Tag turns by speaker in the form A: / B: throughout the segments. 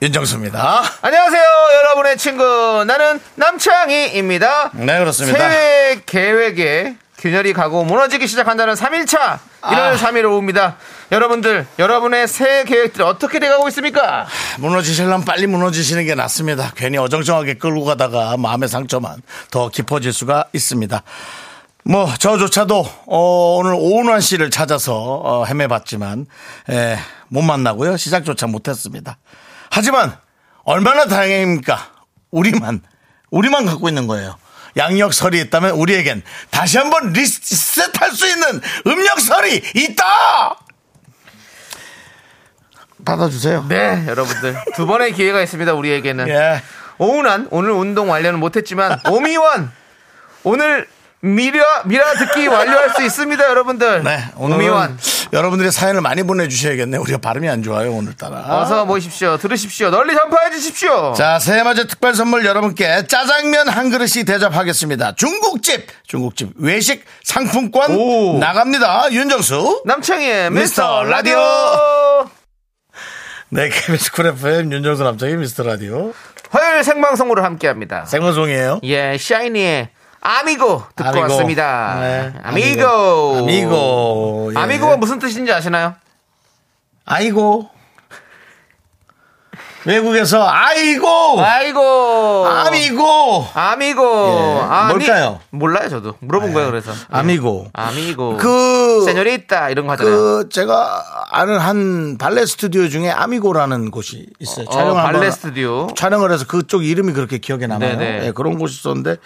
A: 윤정수입니다.
B: 안녕하세요, 여러분의 친구. 나는 남창희입니다.
A: 네, 그렇습니다.
B: 새해 계획에 균열이 가고 무너지기 시작한다는 3일차 1월
A: 아.
B: 3일 오후입니다. 여러분들, 여러분의 새해 계획들 어떻게 돼가고 있습니까?
A: 무너지시려면 빨리 무너지시는 게 낫습니다. 괜히 어정쩡하게 끌고 가다가 마음의 상처만 더 깊어질 수가 있습니다. 뭐 저조차도 어, 오늘 오은환 씨를 찾아서 어, 헤매봤지만 에, 못 만나고요 시작조차 못했습니다. 하지만 얼마나 다행입니까? 우리만 우리만 갖고 있는 거예요. 양력설이 있다면 우리에겐 다시 한번 리셋할 수 있는 음력설이 있다. 받아주세요.
B: 네, 여러분들. 두 번의 기회가 있습니다, 우리에게는.
A: 예.
B: 오은한, 오늘 운동 완료는 못했지만, 오미원, 오늘 미라, 미라 듣기 완료할 수 있습니다, 여러분들.
A: 네, 오늘
B: 오미원.
A: 여러분들의 사연을 많이 보내주셔야겠네요. 우리가 발음이 안 좋아요 오늘따라.
B: 어서 모십시오. 들으십시오. 널리 전파해 주십시오.
A: 자, 새해 맞이 특별 선물 여러분께 짜장면 한 그릇이 대접하겠습니다. 중국집, 중국집 외식 상품권
B: 오.
A: 나갑니다. 윤정수.
B: 남창희의
A: 미스터
B: 미스터
A: 라디오.
B: 라디오.
A: 네, KBS 쿨 FM 윤정수 남자의 미스터 라디오.
B: 화요일 생방송으로 함께합니다.
A: 생방송이에요.
B: 예, 샤이니의 아미고 듣고
A: 아미고.
B: 왔습니다.
A: 네,
B: 아미고.
A: 아미고. 예.
B: 아미고가 무슨 뜻인지 아시나요?
A: 아이고. 외국에서 아이고.
B: 아이고.
A: 아미고.
B: 아미고.
A: 예,
B: 아미-
A: 뭘까요?
B: 몰라요, 저도. 물어본 거예요, 그래서.
A: 아미고.
B: 아미고.
A: 그-
B: 세뇨리따 이런 거 하잖아요.
A: 그 제가 아는 한 발레 스튜디오 중에 아미고라는 곳이 있어요.
B: 어,
A: 촬영 한번
B: 발레 스튜디오.
A: 촬영을 해서 그쪽 이름이 그렇게 기억에 남아요.
B: 네네. 아,
A: 예, 그런 곳이 있었는데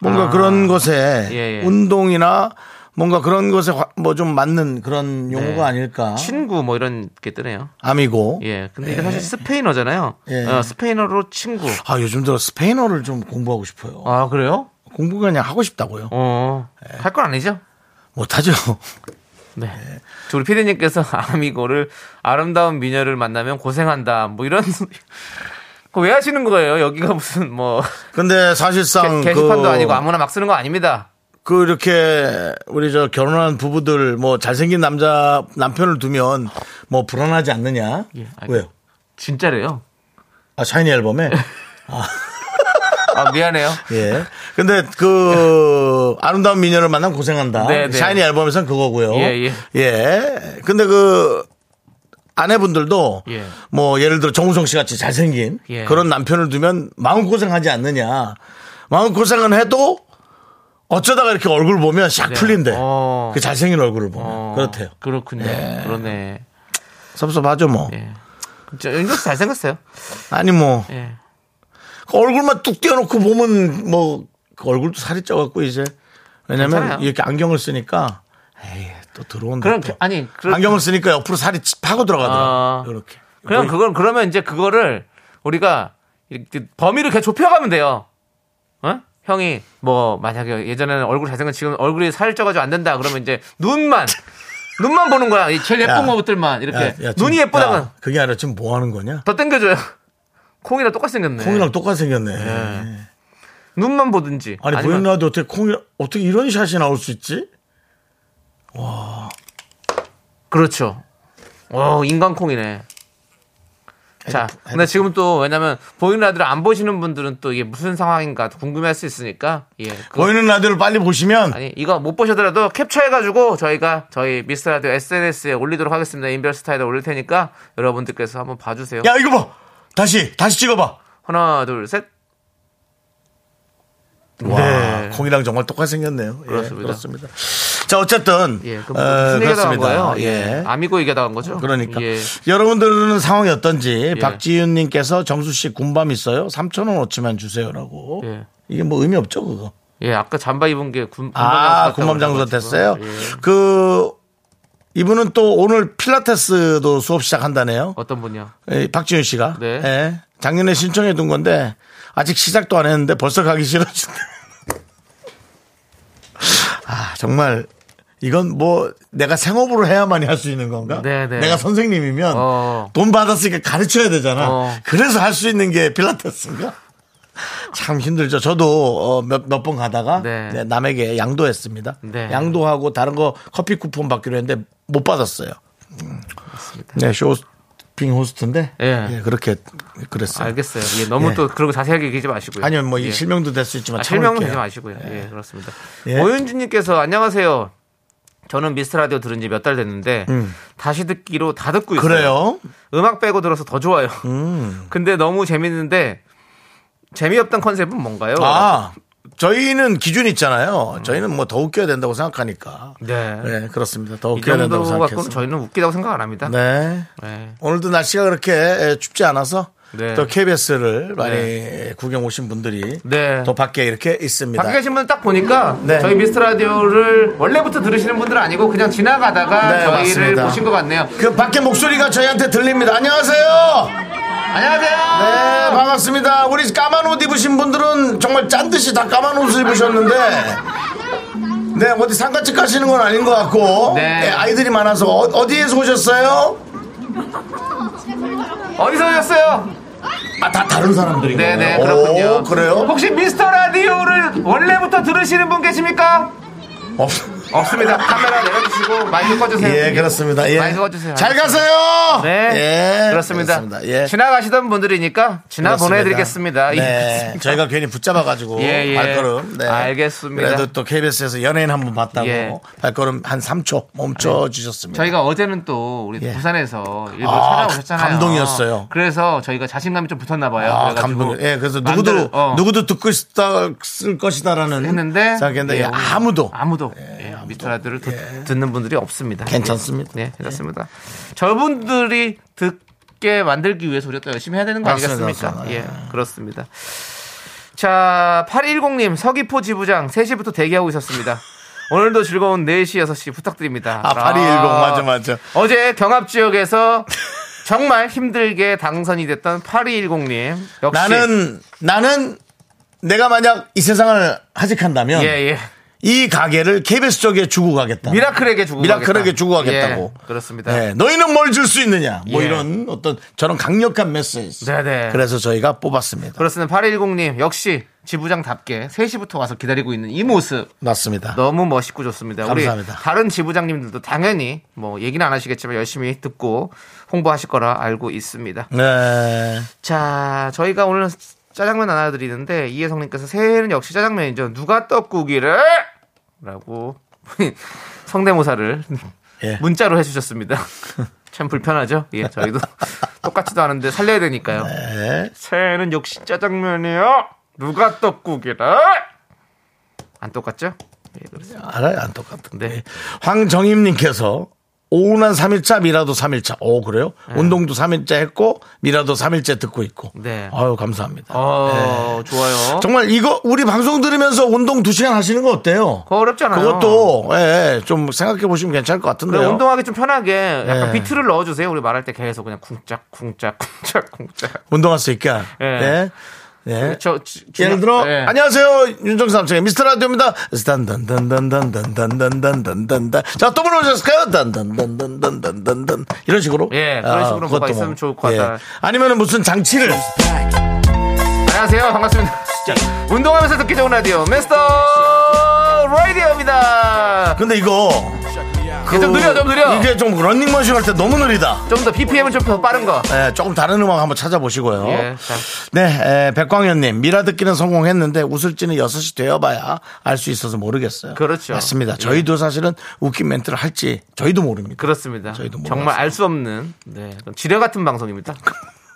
A: 뭔가 그런 것에
B: 예, 예.
A: 운동이나 뭔가 그런 것에 뭐 좀 맞는 그런 용어가 아닐까.
B: 네. 친구 뭐 이런 게 뜨네요.
A: 아미고.
B: 예. 근데 이게 사실 스페인어잖아요.
A: 예.
B: 어, 스페인어로 친구.
A: 아 요즘 들어 스페인어를 좀 공부하고 싶어요. 예.
B: 아, 그래요?
A: 공부가 그냥 하고 싶다고요.
B: 어. 할 건 아니죠?
A: 못하죠.
B: 네. 저 우리 피디님께서 아미고를 아름다운 미녀를 만나면 고생한다. 뭐 이런 그왜 하시는 거예요? 여기가 무슨 뭐
A: 근데 사실상
B: 게, 시판도
A: 그-
B: 아니고 아무나 막 쓰는 거 아닙니다.
A: 그 이렇게 우리 저 결혼한 부부들 뭐 잘생긴 남자 남편을 두면 뭐 불안하지 않느냐?
B: 예, 알겠-
A: 왜요?
B: 진짜래요.
A: 아 샤이니 앨범에
B: 아 미안해요.
A: 예. 근데 그 아름다운 미녀를 만나면 고생한다.
B: 네, 네.
A: 샤이니 앨범에선 그거고요.
B: 예,
A: 예. 근데 그 아내분들도
B: 예.
A: 뭐 예를 들어 정우성 씨 같이 잘생긴
B: 예.
A: 그런 남편을 두면 마음 고생하지 않느냐. 마음 고생은 해도 어쩌다가 이렇게 얼굴 보면 샥
B: 네.
A: 풀린대.
B: 어.
A: 그 잘생긴 얼굴을 보면
B: 어,
A: 그렇대요.
B: 그렇군요. 그러네.
A: 섭섭하죠 뭐.
B: 예. 저 윤정 씨 잘생겼어요.
A: 아니 뭐
B: 예.
A: 그 얼굴만 뚝 떼어놓고 보면 뭐그 얼굴도 살이 쪄갖고 이제 왜냐면
B: 괜찮아요.
A: 이렇게 안경을 쓰니까 에이 또 들어온다.
B: 그럼
A: 또.
B: 아니 그럼
A: 안경을 쓰니까 옆으로 살이 치- 파고 들어가더라.
B: 아.
A: 고 이렇게.
B: 그냥 그걸 그러면 이제 그거를 우리가 이렇게 범위를 계속 좁혀가면 돼요. 어? 형이 뭐 만약에 예전에는 얼굴 잘생긴 지금 얼굴이 살 쪄가지고 안 된다 그러면 이제 눈만 눈만 보는 거야. 이 제일 예쁜
A: 야.
B: 것들만 이렇게
A: 야, 야, 지금-
B: 눈이 예쁘다면
A: 야, 그게 아니라 지금 뭐 하는 거냐?
B: 더 땡겨줘요. 콩이랑 똑같이 생겼네.
A: 콩이랑 똑같이 생겼네.
B: 눈만 보든지
A: 아니
B: 아니면-
A: 보이는 라도 어떻게 콩이 어떻게 이런 샷이 나올 수 있지?
B: 그렇죠. 어 인간 콩이네. 자, 근데 지금 또 왜냐면 보이는 라디오 안 보시는 분들은 또 이게 무슨 상황인가 궁금해할 수 있으니까 예, 그
A: 보이는 라디오를 빨리 보시면
B: 아니 이거 못 보시더라도 캡처해가지고 저희가 저희 미스터라디오 SNS에 올리도록 하겠습니다. 인별스타일에 올릴 테니까 여러분들께서 한번 봐주세요.
A: 야 이거 봐 다시 다시 찍어봐.
B: 하나 둘 셋.
A: 와
B: 네.
A: 콩이랑 정말 똑같이 생겼네요. 예,
B: 그렇습니다.
A: 그렇습니다. 자 어쨌든
B: 예, 그럼
A: 어,
B: 무슨 얘기하다 간 거예요?
A: 그렇습니다. 예.
B: 아미고 얘기하다 간 거죠?
A: 그러니까
B: 예.
A: 여러분들은 상황이 어떤지 박지윤님께서 정수 씨 군밤 있어요? 3천 원 어치만 주세요라고.
B: 예.
A: 이게 뭐 의미 없죠 그거.
B: 예, 아까 잠바 입은 게 군, 군밤
A: 아
B: 장수 같다고 예.
A: 군밤 장수
B: 그래가지고.
A: 됐어요.
B: 예.
A: 그 이분은 또 오늘 필라테스도 수업 시작한다네요.
B: 어떤 분이요?
A: 예, 박지윤 씨가.
B: 네.
A: 예. 작년에 신청해 둔 건데 아직 시작도 안 했는데 벌써 가기 싫어진다. 아, 정말 이건 뭐 내가 생업으로 해야만이 할 수 있는 건가?
B: 네, 네.
A: 내가 선생님이면
B: 어.
A: 돈 받았으니까 가르쳐야 되잖아.
B: 어.
A: 그래서 할 수 있는 게 필라테스인가? 참 힘들죠. 저도 어, 몇 몇 번 가다가
B: 네.
A: 네, 남에게 양도했습니다.
B: 네.
A: 양도하고 다른 거 커피 쿠폰 받기로 했는데 못 받았어요. 음. 네, 쇼핑 호스트인데
B: 예.
A: 예, 그렇게 그랬어요.
B: 알겠어요. 예, 너무
A: 예.
B: 또 그러고 자세하게 얘기하지 마시고요.
A: 아니면 뭐이
B: 예.
A: 실명도 될 수 있지만
B: 아,
A: 참을게요.
B: 실명은 되지 마시고요. 예, 그렇습니다.
A: 예.
B: 오윤주님께서 안녕하세요. 저는 미스터 라디오 들은 지 몇 달 됐는데 다시 듣기로 다 듣고 있어요.
A: 음. 그래요?
B: 음악 빼고 들어서 더 좋아요.
A: 음.
B: 근데 너무 재밌는데 재미없던 컨셉은 뭔가요? 음.
A: 아, 저희는 기준이 있잖아요. 저희는 뭐 더 웃겨야 된다고 생각하니까.
B: 네.
A: 네, 그렇습니다. 더
B: 이
A: 웃겨야 된다고
B: 정도
A: 생각해서.
B: 갖고는 저희는 웃기다고 생각 안 합니다.
A: 네.
B: 네.
A: 오늘도 날씨가 그렇게 에, 춥지 않아서
B: 네.
A: 또 KBS를 많이 구경 오신 분들이
B: 네.
A: 또 밖에 이렇게 있습니다.
B: 밖에 계신 분 딱 보니까
A: 네.
B: 저희 미스터 라디오를 원래부터 들으시는 분들은 아니고 그냥 지나가다가
A: 네,
B: 저희를
A: 맞습니다.
B: 보신 것 같네요.
A: 그 밖에 목소리가 저희한테 들립니다. 안녕하세요.
B: 안녕하세요.
A: 네, 반갑습니다. 우리 까만 옷 입으신 분들은 정말 짠 듯이 다 까만 옷을 입으셨는데 네, 어디 상가집 가시는 건 아닌 것 같고
B: 네.
A: 네, 아이들이 많아서 어, 디에서 오셨어요?
B: 어디서 오셨어요?
A: 아, 다 다른 사람들이요.
B: 네네 그렇군요.
A: 오, 그래요?
B: 혹시 미스터 라디오를 원래부터 들으시는 분 계십니까? 어,
A: 없...
B: 없습니다. 카메라 내려주시고 마이크 꺼주세요.
A: 어, 예, 그렇습니다. 예.
B: 네. 많이 적어주세요.
A: 잘 가세요.
B: 네,
A: 예,
B: 그렇습니다.
A: 예.
B: 지나가시던 분들이니까 지나
A: 그렇습니다.
B: 보내드리겠습니다.
A: 네.
B: 예.
A: 저희가 괜히 붙잡아가지고
B: 예, 예.
A: 발걸음. 네.
B: 알겠습니다.
A: 그래도 또 KBS에서 연예인 한 분 봤다고
B: 예.
A: 발걸음 한 3초 멈춰 주셨습니다.
B: 저희가 어제는 또 우리
A: 예.
B: 부산에서 일부러
A: 아,
B: 찾아오셨잖아요.
A: 감동이었어요.
B: 그래서 저희가 자신감이 좀 붙었나 봐요.
A: 아,
B: 그래가지고
A: 감동. 예, 그래서 누구도
B: 만들- 어,
A: 누구도 듣고 싶다 쓸 것이다라는
B: 음. 했는데
A: 생각했는데 예,
B: 오늘
A: 아무도
B: 아무도 예, 미스터라디오를 듣- 듣는 분들이 없습니다.
A: 괜찮습니다. 예.
B: 네, 괜찮습니다. 저분들이 듣게 만들기 위해서 우리가 또 열심히 해야 되는 거
A: 맞습니다,
B: 아니겠습니까? 예,
A: 맞습니다.
B: 그렇습니다. 자, 810님, 서귀포 지부장 3시부터 대기하고 있었습니다. 오늘도 즐거운 4시, 6시 부탁드립니다.
A: 아, 8210, 맞아, 맞아.
B: 어제 경합 지역에서 정말 힘들게 당선이 됐던 8210님. 역시.
A: 나는 나는 내가 만약 이 세상을 하직한다면
B: 예, 예.
A: 이 가게를 KBS 쪽에 주고 가겠다.
B: 미라클에게 주고
A: 아, 미라클에게
B: 가겠다.
A: 주고 가겠다고.
B: 예, 그렇습니다.
A: 네, 너희는 뭘 줄 수 있느냐? 뭐
B: 예.
A: 이런 어떤 저런 강력한 메시지.
B: 네네.
A: 그래서 저희가 뽑았습니다.
B: 그렇습니다. 8110님, 역시 지부장답게 3시부터 와서 기다리고 있는 이 모습.
A: 맞습니다.
B: 너무 멋있고 좋습니다.
A: 감사합니다.
B: 우리 다른 지부장님들도 당연히 뭐 얘기는 안 하시겠지만 열심히 듣고 홍보하실 거라 알고 있습니다.
A: 네.
B: 자, 저희가 오늘 짜장면 나눠드리는데 이혜성님께서 새해는 역시 짜장면이죠. 누가 떡국이를? 라고 성대모사를
A: 예.
B: 문자로 해주셨습니다. 참 불편하죠? 예, 저희도 똑같지도 않은데 살려야 되니까요.
A: 네.
B: 새해는 역시 짜장면이요. 누가 떡국이라? 안 똑같죠? 예, 그렇습니다.
A: 알아요. 안 똑같은데.
B: 네.
A: 황정임님께서 오운한 3일차, 미라도 3일차. 오, 그래요? 운동도 3일째 했고, 미라도 3일째 듣고 있고.
B: 네.
A: 아유, 감사합니다.
B: 어, 좋아요.
A: 정말 이거 우리 방송 들으면서 운동 2시간 하시는 거 어때요?
B: 그거 어렵잖아요.
A: 그것도 예, 예, 좀 생각해 보시면 괜찮을 것
B: 그래,
A: 같은데요.
B: 운동하기 좀 편하게 약간
A: 네.
B: 비트를 넣어주세요. 우리 말할 때 계속 그냥 쿵짝, 쿵짝, 쿵짝, 쿵짝.
A: 운동할 수 있게. 예.
B: 예.
A: 예.
B: 저, 그렇죠. 주- 주-
A: 예를 들어
B: 예.
A: 안녕하세요 윤정삼 씨 미스터 라디오입니다. 단단단단단단단단단단단 자또 불러오셨을까요? 단단단단단단단단 이런 식으로 아,
B: 예, 그런 식으로 뭐가
A: 그것도 예.
B: 있으면 좋을 것 같다.
A: 아니면은 무슨 장치를
B: 안녕하세요. 반갑습니다. 운동하면서 듣기 좋은 라디오, 미스터 라디오입니다.
A: 근데 이거
B: 예, 좀 느려, 좀 느려.
A: 그, 이게 좀 런닝머신 할 때 너무 느리다.
B: 좀 더 BPM은 좀 더 빠른 거.
A: 예, 조금 다른 음악 한번 찾아보시고요.
B: 예, 자.
A: 네, 에, 백광현님 미라 듣기는 성공했는데 웃을지는 6시 되어봐야 알 수 있어서 모르겠어요.
B: 그렇죠.
A: 맞습니다.
B: 예.
A: 저희도 사실은 웃긴 멘트를 할지 저희도 모릅니다.
B: 그렇습니다.
A: 저희도 몰라서.
B: 정말 알 수 없는 네, 그런 지뢰 같은 방송입니다.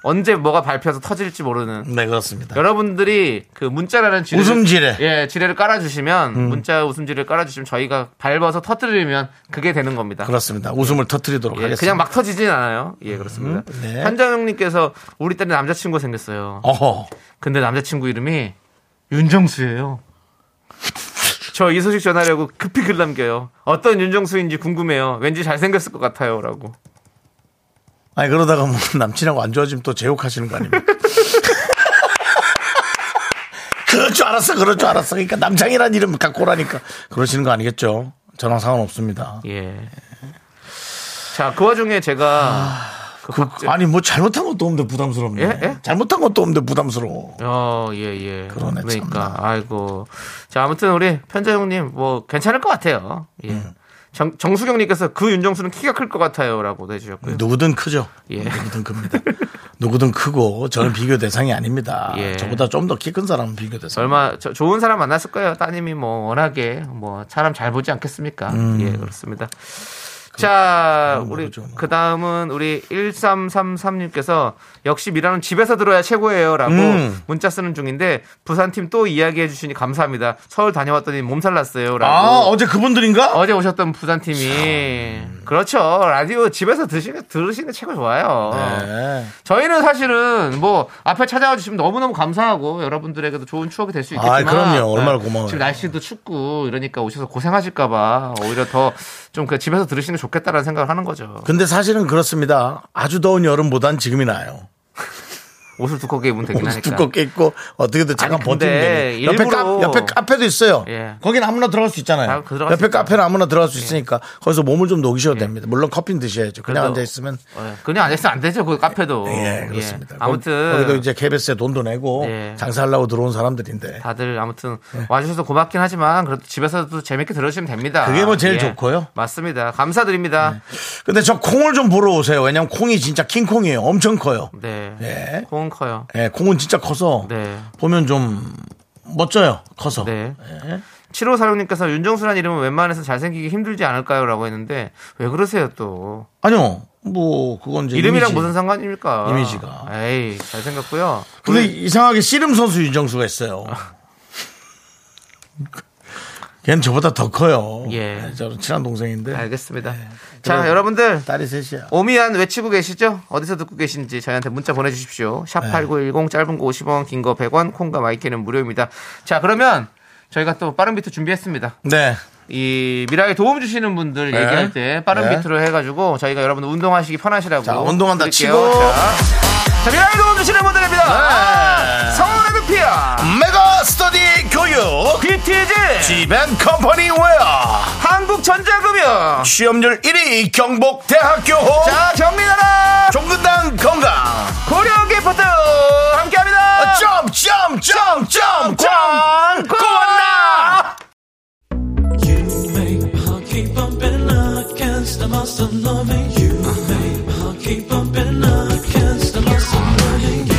B: 언제 뭐가 밟혀서 터질지 모르는
A: 네, 그렇습니다.
B: 여러분들이 그 문자라는 지뢰
A: 웃음 지뢰.
B: 예 지뢰를 깔아주시면 문자 웃음 지뢰를 깔아주시면 저희가 밟아서 터뜨리면 그게 되는
A: 그렇죠.
B: 겁니다.
A: 그렇습니다. 웃음을 터뜨리도록
B: 예,
A: 하겠습니다.
B: 그냥 막 터지진 않아요. 예 그렇습니다.
A: 네.
B: 한정영님께서 우리 딸이 남자친구 생겼어요.
A: 어허.
B: 근데 남자친구 이름이 윤정수예요. 저 이 소식 전하려고 급히 글 남겨요. 어떤 윤정수인지 궁금해요. 왠지 잘생겼을 것 같아요. 라고.
A: 아니 그러다가 뭐 남친하고 안 좋아지면 또 제욕하시는 거 아닙니까? 그럴 줄 알았어, 그럴 줄 알았어. 그러니까 남창이란 이름 갖고 오라니까 그러시는 거 아니겠죠? 저랑 상관없습니다.
B: 예. 자, 그 와중에 제가. 그
A: 그,
B: 박재-
A: 아니 뭐 잘못한 것도 없는데 부담스럽네.
B: 예? 예?
A: 잘못한 것도 없는데 부담스러워.
B: 어, 예, 예.
A: 그러네,
B: 러니
A: 참나.
B: 까 아이고. 자, 아무튼 우리 편자 형님, 뭐, 괜찮을 것 같아요. 예.
A: 음.
B: 정, 정수경님께서 그 윤정수는 키가 클 것 같아요. 라고 해주셨고요.
A: 누구든 크죠.
B: 예.
A: 누구든 큽니다. 누구든 크고 저는 비교 대상이 아닙니다.
B: 예.
A: 저보다 좀 더 키 큰 사람은 비교 대상.
B: 얼마 저- 좋은 사람 만났을 거예요. 따님이 뭐 워낙에 뭐 사람 잘 보지 않겠습니까? 예, 그렇습니다. 자,
A: 그건
B: 우리
A: 모르죠, 음. 뭐.
B: 그 다음은 우리 1333님께서 역시 미라는 집에서 들어야 최고예요라고
A: 음.
B: 문자 쓰는 중인데 부산팀 또 이야기해 주시니 감사합니다. 서울 다녀왔더니 몸살 났어요라고.
A: 아 어제 그분들인가?
B: 어제 오셨던 부산팀이 그렇죠 라디오 집에서 드시는 들으시는 게 최고 좋아요.
A: 네.
B: 저희는 사실은 뭐 앞에 찾아와 주시면 너무너무 감사하고 여러분들에게도 좋은 추억이 될 수 있겠지만 네.
A: 아이, 그럼요. 얼마나 고마워요.
B: 지금 날씨도 춥고 이러니까 오셔서 고생하실까 봐 오히려 더 좀 그 집에서 들으시는 게 좋겠다라는 생각을 하는 거죠.
A: 근데 사실은 그렇습니다. 아주 더운 여름보단 지금이 나아요.
B: 옷을 두껍게 입으면 되긴
A: 옷
B: 하니까.
A: 두껍게 입고 어떻게든 잠깐
B: 그러니까. 아니,
A: 버티면
B: 근데
A: 되는. 옆에,
B: 일부러-
A: 카, 옆에 카페도 있어요.
B: 예.
A: 거기는 아무나 들어갈 수
B: 아,
A: 있잖아요.
B: 그 들어갈 수
A: 옆에
B: 있죠.
A: 카페는 아무나 들어갈 수 있으니까 거기서 몸을 좀 녹이셔도
B: 예.
A: 됩니다. 물론 커피는 드셔야죠. 그냥
B: 그래도-
A: 앉아 있으면
B: 예, 그냥 안 했으면 안 되죠. 그 카페도.
A: 예, 그렇습니다.
B: 예.
A: 거- 거기도
B: 아무튼
A: 이제 KBS에 돈도 내고
B: 예.
A: 장사하려고 들어온 사람들인데
B: 다들 아무튼
A: 네.
B: 와주셔서 고맙긴 하지만 그래도 집에서도 재밌게 들으시면 됩니다. 예.
A: 그게 뭐 제일 좋고요.
B: 맞습니다. 감사드립니다.
A: 근데 저 콩을 좀 보러 오세요. 왜냐면 콩이 진짜 킹콩이에요. 엄청 커요.
B: 네.
A: 예.
B: 콩은 커요.
A: 예, 콩은 진짜 커서
B: 네.
A: 보면 좀 멋져요. 커서. 예.
B: 네. 7호 사령님께서 윤정수란 이름은 웬만해서 잘생기기 힘들지 않을까요? 라고 했는데, 왜 그러세요 또?
A: 아니요. 뭐 그건 이제
B: 이름이랑
A: 이미지.
B: 무슨 상관입니까?
A: 이미지가.
B: 에이, 잘생겼고요.
A: 근데 이상하게 씨름 선수 윤정수가 있어요.
B: 아.
A: 걔는 저보다 더 커요.
B: 예. 아.
A: 네, 저는 친한 동생인데
B: 알겠습니다. 자,
A: 네. 그럼-
B: 여러분들.
A: 딸이 셋이야.
B: 오미안 외치고 계시죠? 어디서 듣고 계신지 저희한테 문자 보내주십시오.
A: 네.
B: 샵8910 짧은 거 50원, 긴 거 100원, 콩과 마이크는 무료입니다. 자, 그러면 저희가 또 빠른 비트 준비했습니다.
A: 네.
B: 이 미라에 도움 주시는 분들
A: 네.
B: 얘기할 때 빠른
A: 네.
B: 비트로 해가지고 저희가 여러분 운동하시기 편하시라고
A: 자, 운동한다
B: 드릴게요.
A: 치고.
B: 자, 자, 미라에 도움 주시는 분들입니다 아, 성원의 루피아
A: 메가 스터디 교육
B: BTG
A: 지벤 컴퍼니 웨어
B: 한국전자금융
A: 취업률 1위 경북대학교
B: 자 경민아라
A: 종근당 건강 어,
B: 고려기프트 함께합니다
A: 점점점점점 광고나
C: You make my heart keep bumping, I can't stop myself loving you. Make my heart keep bumping, I can't stop myself loving you.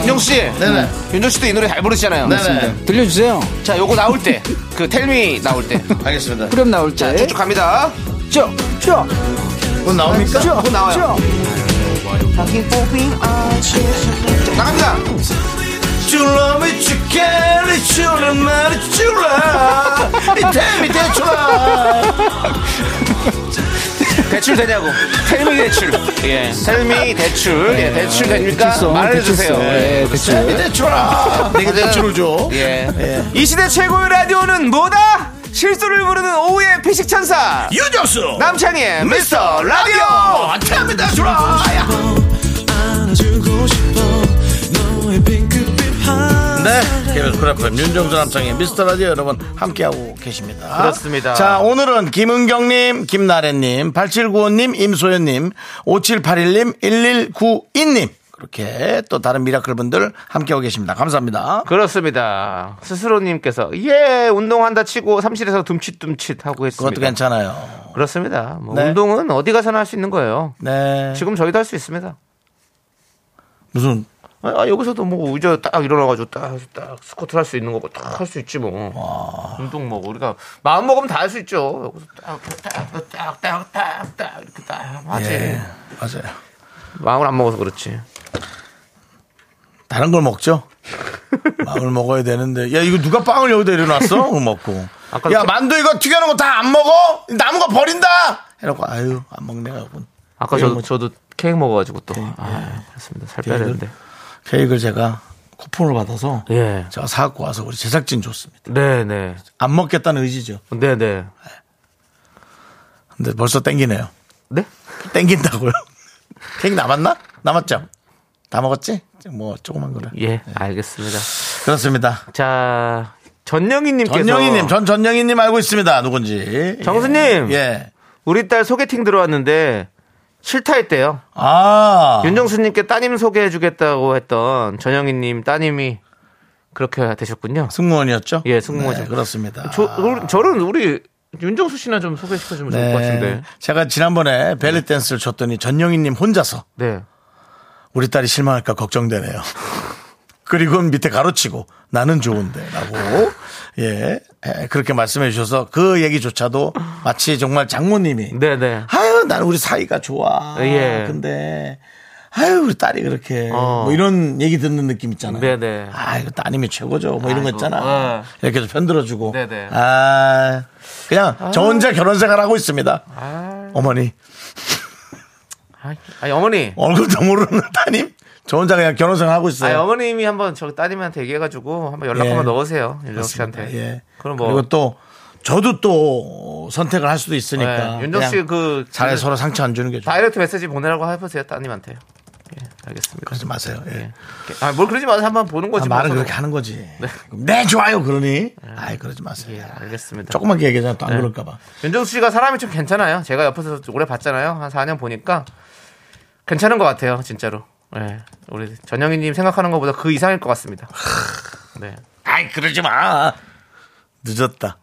B: 윤종씨 네네 윤종씨도 이 노래 잘 부르시잖아요
A: 네네
D: 들려주세요.
B: 자 요거 나올 때그 텔미 나올 때
A: 알겠습니다
D: 그럼 나올 때.
B: 쭉쭉 갑니다
D: 쭉, 쭉,
A: 곧 나옵니까?
D: 쭉,
B: 곧 나와요.
D: 쭉.
B: 나갑니다
A: You love me, you care, you love me, you love me. Tell me that you love.
B: 대출 되냐고 텔미 대출 예 텔미 대출 예 대출 됩니까
D: 대출성,
B: 말해주세요
D: 대출성.
B: 예.
D: 예,
A: Tell me
D: 대출.
A: that you love. 내게 대출을 줘.
B: 예. 이 시대 최고의 라디오는 뭐다? 실수를 부르는 오후의 피식천사
A: 유정수.
B: 남창희의 미스터 라디오
A: Tell me that you love.
C: 안아주고 싶어, 너의 핑크빛 하늘.
A: 네, KBS 쿨 FM 윤정수 남창의 미스터 라디오 여러분 함께하고 계십니다.
B: 그렇습니다.
A: 자, 오늘은 김은경님, 김나래님, 8795님, 임소연님, 5781님, 1192님 그렇게 또 다른 미라클 분들 함께하고 계십니다. 감사합니다.
B: 그렇습니다 스스로님께서 예 운동한다 치고 삼실에서 둠칫둠칫 하고
A: 그것도
B: 있습니다
A: 괜찮아요.
B: 그렇습니다 뭐
A: 네.
B: 운동은 어디 가서나 할 수 있는 거예요
A: 네.
B: 지금 저희도 할 수 있습니다
A: 무슨
B: 아, 아, 여기서도 뭐 의자 딱 일어나가지고 딱, 딱 스쿼트 할 수 있는 거고 딱 할 수 있지 뭐 운동 뭐 우리가 마음 먹으면 다 할 수 있죠 여기서 딱딱딱딱딱딱 이렇게 딱 하지
A: 예, 맞아요.
B: 마음을 안 먹어서 그렇지
A: 다른 걸 먹죠. 빵을 먹어야 되는데 야 이거 누가 빵을 여기다 일어놨어? 그거 먹고
B: 아까도
A: 야
B: 태-
A: 만두 이거 튀겨놓은 거 다 안 먹어? 남은 거 버린다. 이러고 아유 안 먹네 여러분.
B: 아까
A: 이런
B: 저도
A: 거지.
B: 예, 저도 케이크 먹어가지고 또 아, 그렇습니다 살 빼야
A: 케이크?
B: 되는데
A: 케이크를 제가 쿠폰을 받아서
B: 예.
A: 제가 사갖고 와서 우리 제작진 줬습니다.
B: 네, 네.
A: 안 먹겠다는 의지죠.
B: 네, 네.
A: 근데 벌써 땡기네요.
B: 네?
A: 땡긴다고요? 케이크 남았나? 남았죠? 다 먹었지? 뭐 조그만 거를.
B: 예, 알겠습니다.
A: 그렇습니다.
B: 자, 전영희님께서
A: 전영희님, 전 전영희님 알고 있습니다. 누군지.
B: 정수님!
A: 예. 예.
B: 우리 딸 소개팅 들어왔는데 싫다 했대요.
A: 아.
B: 윤정수님께 따님 소개해주겠다고 했던 전영희님 따님이 그렇게 되셨군요.
A: 승무원이었죠?
B: 예, 승무원이죠.
A: 네, 그렇습니다.
B: 저, 우리- 저는 우리 윤정수 씨나 좀 소개시켜주면 좋을 것 같은데.
A: 네. 제가 지난번에 벨리 댄스를 줬더니 전영희님 혼자서
B: 네.
A: 우리 딸이 실망할까 걱정되네요. 그리고 밑에 가로치고 나는 좋은데라고 예 예, 그렇게 말씀해 주셔서 그 얘기조차도 마치 정말 장모님이
B: 네네.
A: 아유 난 우리 사이가 좋아
B: 예.
A: 근데 아유 우리 딸이 그렇게
B: 어.
A: 뭐 이런 얘기 듣는 느낌 있잖아요.
B: 네네.
A: 아 이거 따님이 최고죠 뭐 이런 거
B: 아이고,
A: 있잖아
B: 어.
A: 이렇게 좀 편들어주고
B: 네네.
A: 아 그냥 저 혼자 결혼생활 하고 있습니다. 어머니
B: 아, 아니, 어머니.
A: 얼굴도 모르는 따님 저 혼자 그냥 결혼생활 하고 있어요.
B: 아니, 어머님이 한번 저기 따님한테 얘기해가지고 한번 연락
A: 네. 예.
B: 한번 넣으세요. 윤정수 씨한테.
A: 그렇습니다. 예.
B: 그럼 뭐.
A: 그리고 또 저도 또 선택을 할 수도 있으니까.
B: 예, 윤정수 씨
A: 그냥
B: 그.
A: 잘해 서로 상처 안 주는 게 좋아요.
B: 다이렉트 메시지 보내라고 해보세요. 따님한테. 예, 알겠습니다.
A: 그러지 마세요. 예.
B: 아, 뭘 그러지 마세요. 한번 보는
A: 아,
B: 거지.
A: 말은
B: 뭐.
A: 그렇게 하는 거지. 네, 좋아요. 그러니. 아이, 그러지 마세요.
B: 예, 네. 알겠습니다.
A: 조금만 얘기하잖아. 또 안 그럴까봐.
B: 윤정수 씨가 사람이 좀 괜찮아요. 제가 옆에서 오래 봤잖아요. 한 4년 보니까 괜찮은 것 같아요, 진짜로. 예. 우리 전영희님 생각하는 것보다 그 이상일 것 같습니다. 네.
A: 아이, 그러지 마. 늦었다.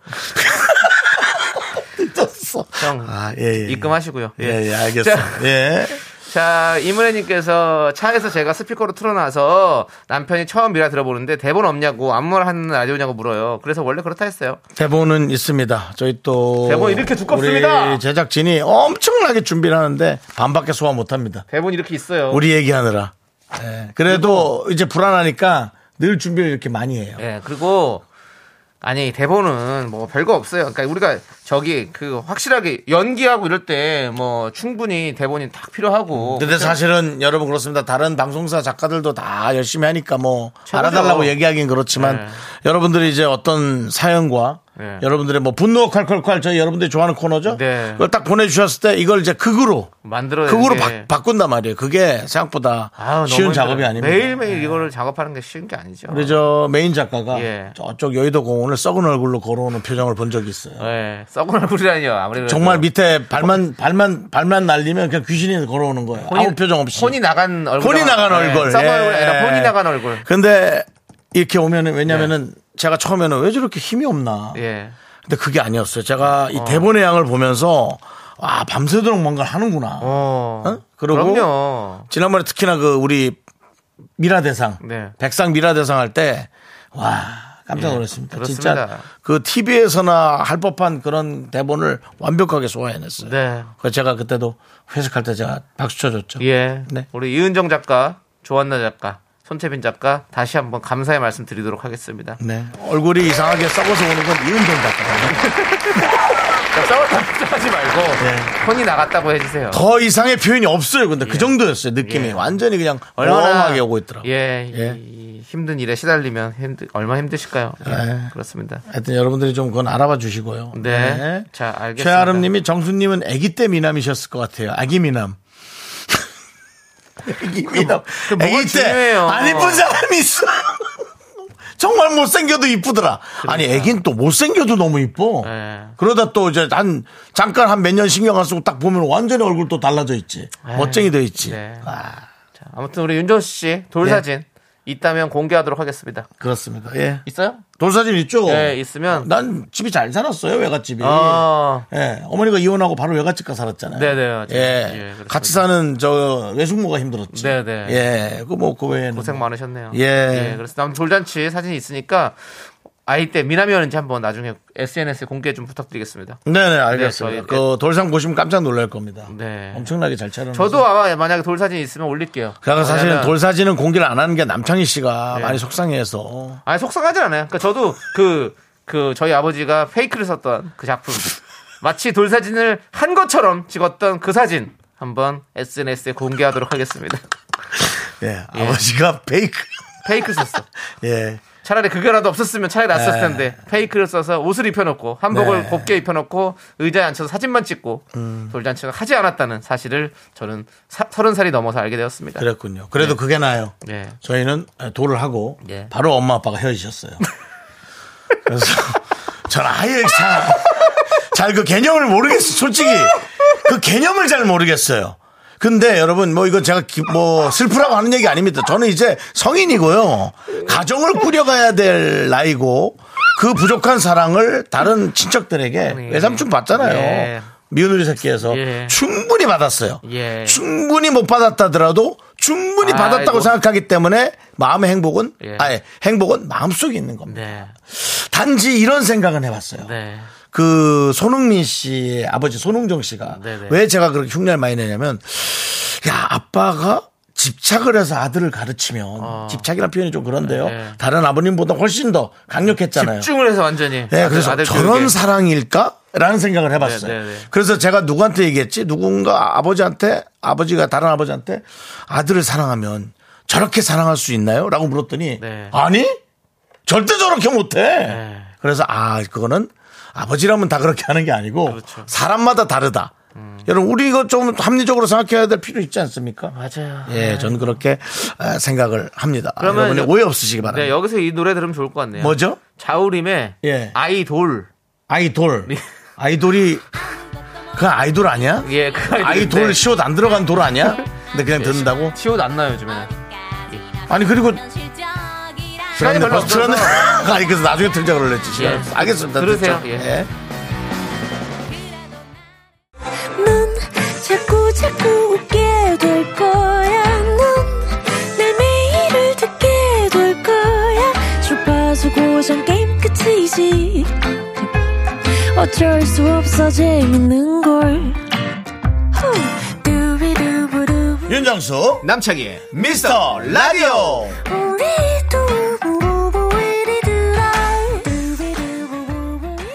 A: 늦었어.
B: 형,
A: 아, 예, 예.
B: 입금하시고요.
A: 예, 예, 알겠어.
B: 자,
A: 예.
B: 자, 이문혜님께서 차에서 제가 스피커로 틀어놔서 남편이 처음 미라 들어보는데 대본 없냐고 안무를 하는 라디오냐고 물어요. 그래서 원래 그렇다 했어요.
A: 대본은 있습니다. 저희 또.
B: 대본 이렇게 두껍습니다.
A: 우리 제작진이 엄청나게 준비를 하는데 반밖에 소화 못 합니다.
B: 대본 이렇게 있어요.
A: 우리 얘기하느라. 예, 그래도 이제 불안하니까 늘 준비를 이렇게 많이 해요.
B: 예, 그리고 아니 대본은 뭐 별거 없어요. 그러니까 우리가 저기 그 확실하게 연기하고 이럴 때 뭐 충분히 대본이 딱 필요하고.
A: 근데 사실은 여러분 그렇습니다. 다른 방송사 작가들도 다 열심히 하니까 뭐
B: 최고죠.
A: 알아달라고 얘기하긴 그렇지만
B: 네.
A: 여러분들이 이제 어떤 사연과
B: 네.
A: 여러분들의 뭐 분노 콸콸콸 저희 여러분들이 좋아하는 코너죠.
B: 네.
A: 그걸 딱 보내주셨을 때 이걸 이제 극으로
B: 만들어
A: 극으로 바, 바꾼단 말이에요. 그게 생각보다 쉬운 작업이 아닙니다. 네.
B: 매일 매일 이거를 작업하는 게 쉬운 게 아니죠.
A: 우리 저 메인 작가가
B: 예.
A: 저쪽 여의도 공원을 썩은 얼굴로 걸어오는 표정을 본 적이 있어요.
B: 예, 썩은 얼굴이라니요. 아무래도
A: 정말 밑에 발만 발만 발만 날리면 그냥 귀신이 걸어오는 거예요. 아무 표정 없이.
B: 혼이 나간 얼굴.
A: 혼이 나간
B: 예,
A: 얼굴.
B: 썩은
A: 예.
B: 얼굴 아니라 혼이 나간 얼굴. 네.
A: 근데 이렇게 오면은 왜냐면은 제가 처음에는 왜 저렇게 힘이 없나.
B: 예.
A: 근데 그게 아니었어요. 제가 이 대본의 양을 보면서 와 밤새도록 뭔가 를 하는구나.
B: 어.
A: 어? 그러고
B: 그럼요.
A: 지난번에 특히나 그 우리 미라 대상,
B: 네. 예,
A: 백상 미라 대상 할 때 와 깜짝 놀랐습니다.
B: 그렇습니다.
A: 진짜 그 TV에서나 할 법한 그런 대본을 완벽하게 소화해냈어요.
B: 네.
A: 그 제가 그때도 회식할 때 제가 박수 쳐줬죠.
B: 예.
A: 네.
B: 우리 이은정 작가, 조한나 작가, 손채빈 작가 다시 한번 감사의 말씀 드리도록 하겠습니다.
A: 네. 얼굴이 이상하게 썩어서 오는 건 이은정 작가가
B: 싸울 걱정하지 말고 혼이 나갔다고 해주세요.
A: 네. 더 이상의 표현이 없어요. 근데 그 정도였어요. 느낌이
B: 예.
A: 완전히 그냥 얼렁하게 오고 있더라고요.
B: 예,
A: 예.
B: 이 힘든 일에 시달리면 힘들, 얼마나 힘드실까요? 예,
A: 네.
B: 그렇습니다.
A: 하여튼 여러분들이 좀 그건 알아봐 주시고요.
B: 네. 자, 알겠습니다.
A: 최아름 님이 정수님은 아기 때 미남이셨을 것 같아요. 아기 미남. 아기 미남.
B: 뭐가
A: 아기 때
B: 중요해요?
A: 안 이쁜 사람이 있어. 정말 못생겨도 이쁘더라. 아니, 애긴 또 못생겨도 너무 이뻐.
B: 그러니까. 네.
A: 그러다 또 이제 한, 잠깐 한 몇 년 신경 안 쓰고 딱 보면 완전히 얼굴 또 달라져 있지. 멋쟁이 돼 있지.
B: 네.
A: 아,
B: 자, 아무튼 우리 윤정수 씨 돌사진
A: 예.
B: 있다면 공개하도록 하겠습니다.
A: 그렇습니다. 예.
B: 있어요?
A: 돌사진 있죠?
B: 예, 있으면.
A: 난 집이 잘 살았어요, 아, 외갓집이.
B: 어.
A: 예, 어머니가 이혼하고 바로 외갓집 가 살았잖아요.
B: 네네.
A: 예,
B: 그렇습니다.
A: 같이 사는 저 외숙모가 힘들었지.
B: 네네.
A: 예, 그 뭐 그 외에는
B: 고생 많으셨네요.
A: 예.
B: 그래서 남 돌잔치 사진이 있으니까 아이 때 미남이었는지 한번 나중에 SNS에 공개 좀 부탁드리겠습니다.
A: 네네 알겠어요.
B: 네, 저희-
A: 그 돌상 보시면 깜짝 놀랄 겁니다.
B: 네.
A: 엄청나게 잘 촬영.
B: 저도 아, 네, 아마 만약에 돌 사진 있으면 올릴게요.
A: 그러니까 사실은
B: 왜냐면-
A: 돌 사진은 공개를 안 하는 게 남창희
B: 네.
A: 씨가 많이 속상해서
B: 아니 속상하지 않아요. 그러니까 저도 그, 그 저희 아버지가 페이크를 썼던 그 작품 마치 돌 사진을 한 것처럼 찍었던 그 사진 한번 SNS에 공개하도록 하겠습니다.
A: 예, 아버지가 페이크
B: 페이크 썼어.
A: 예.
B: 차라리 그게라도 없었으면 차라리 낫었을
A: 네.
B: 텐데 페이크를 써서 옷을 입혀놓고 한복을
A: 네. 음.
B: 곱게 입혀놓고 의자에 앉혀서 사진만 찍고 돌잔치는 하지 않았다는 사실을 저는 사- 서른 살이 넘어서 알게 되었습니다.
A: 그랬군요. 그래도 그게 나아요.
B: 예.
A: 저희는 도를 하고
B: 예.
A: 바로 엄마 아빠가 헤어지셨어요. 그래서 전 아예 잘 그 개념을 모르겠어요. 솔직히 그 개념을 잘 모르겠어요. 근데 여러분 뭐 이건 제가 기- 뭐 슬프라고 하는 얘기 아닙니다. 저는 이제 성인이고요. 가정을 꾸려가야 될 나이고 그 부족한 사랑을 다른 친척들에게
B: 예.
A: 외삼촌 받잖아요.
B: 예.
A: 미운 우리 새끼에서
B: 예.
A: 충분히 받았어요.
B: 예.
A: 충분히 못 받았다더라도 충분히
B: 아이고.
A: 받았다고 생각하기 때문에 마음의 행복은
B: 예.
A: 아니 행복은 마음속에 있는 겁니다.
B: 네.
A: 단지 이런 생각은 해봤어요.
B: 네.
A: 그 손흥민 씨의 아버지 손흥정 씨가
B: 네네.
A: 왜 제가 그렇게 흉내를 많이 내냐면 야 아빠가 집착을 해서 아들을 가르치면 집착이라는 표현이 좀 그런데요.
B: 어. 네.
A: 다른 아버님보다 훨씬 더 강력했잖아요.
B: 집중을 해서 완전히.
A: 네,
B: 아들-
A: 그래서
B: 아들
A: 저런
B: 교육에.
A: 사랑일까? 라는 생각을 해봤어요.
B: 네, 네, 네.
A: 그래서 제가 누구한테 얘기했지? 누군가 아버지한테, 아버지가 다른 아버지한테 아들을 사랑하면 저렇게 사랑할 수 있나요? 라고 물었더니
B: 네.
A: 아니? 절대 저렇게 못해!
B: 네.
A: 그래서 아, 그거는 아버지라면 다 그렇게 하는 게 아니고
B: 그렇죠. 음.
A: 사람마다 다르다. 여러분, 우리 이거 좀 합리적으로 생각해야 될 필요 있지 않습니까?
B: 맞아요. 네.
A: 예, 저는 그렇게 아, 생각을 합니다.
B: 그러면
A: 여러분의
B: 여-
A: 오해 없으시기
B: 네,
A: 바랍니다.
B: 여기서 이 노래 들으면 좋을 것 같네요.
A: 뭐죠?
B: 자우림의
A: 예.
B: 아이돌.
A: 아이돌.
B: 네.
A: 아이돌이 그 아이돌 아니야?
B: 예, 그
A: 아이돌 시옷 안 들어간 돌 아니야? 근데 그냥 듣는다고?
B: 치옷 안 나요, 요즘에.
A: 아니 그리고
B: 시간이 별로
A: 벌써
B: 없어서.
A: 들었네. 아니 그래서 나중에 들자 그랬지. 시간.
B: 예.
A: 알겠습니다.
B: 들으세요.
A: 듣죠. 네.
B: 예.
D: 넌 자꾸 자꾸 웃게 될 거야. 넌내 매일을 듣게 될 거야. 주파수 고정 게임 끝이지. 어쩔 수 없어 재밌는 걸. 후. 두비두부두.
A: 윤정수 남창희 미스터 라디오.
D: 우리 두부부부 우리 두라. 두비두부부부 우리 두라.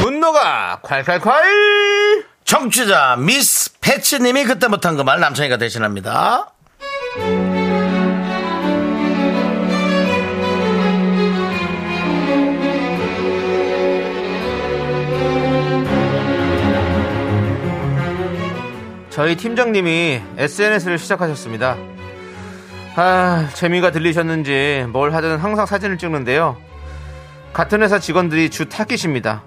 B: 분노가 콸콸콸!
A: 정취자 미스 패치님이 그때 못한 그 말 남창희가 대신합니다.
B: 저희 팀장님이 SNS를 시작하셨습니다. 아, 재미가 들리셨는지 뭘 하든 항상 사진을 찍는데요. 같은 회사 직원들이 주 타깃입니다.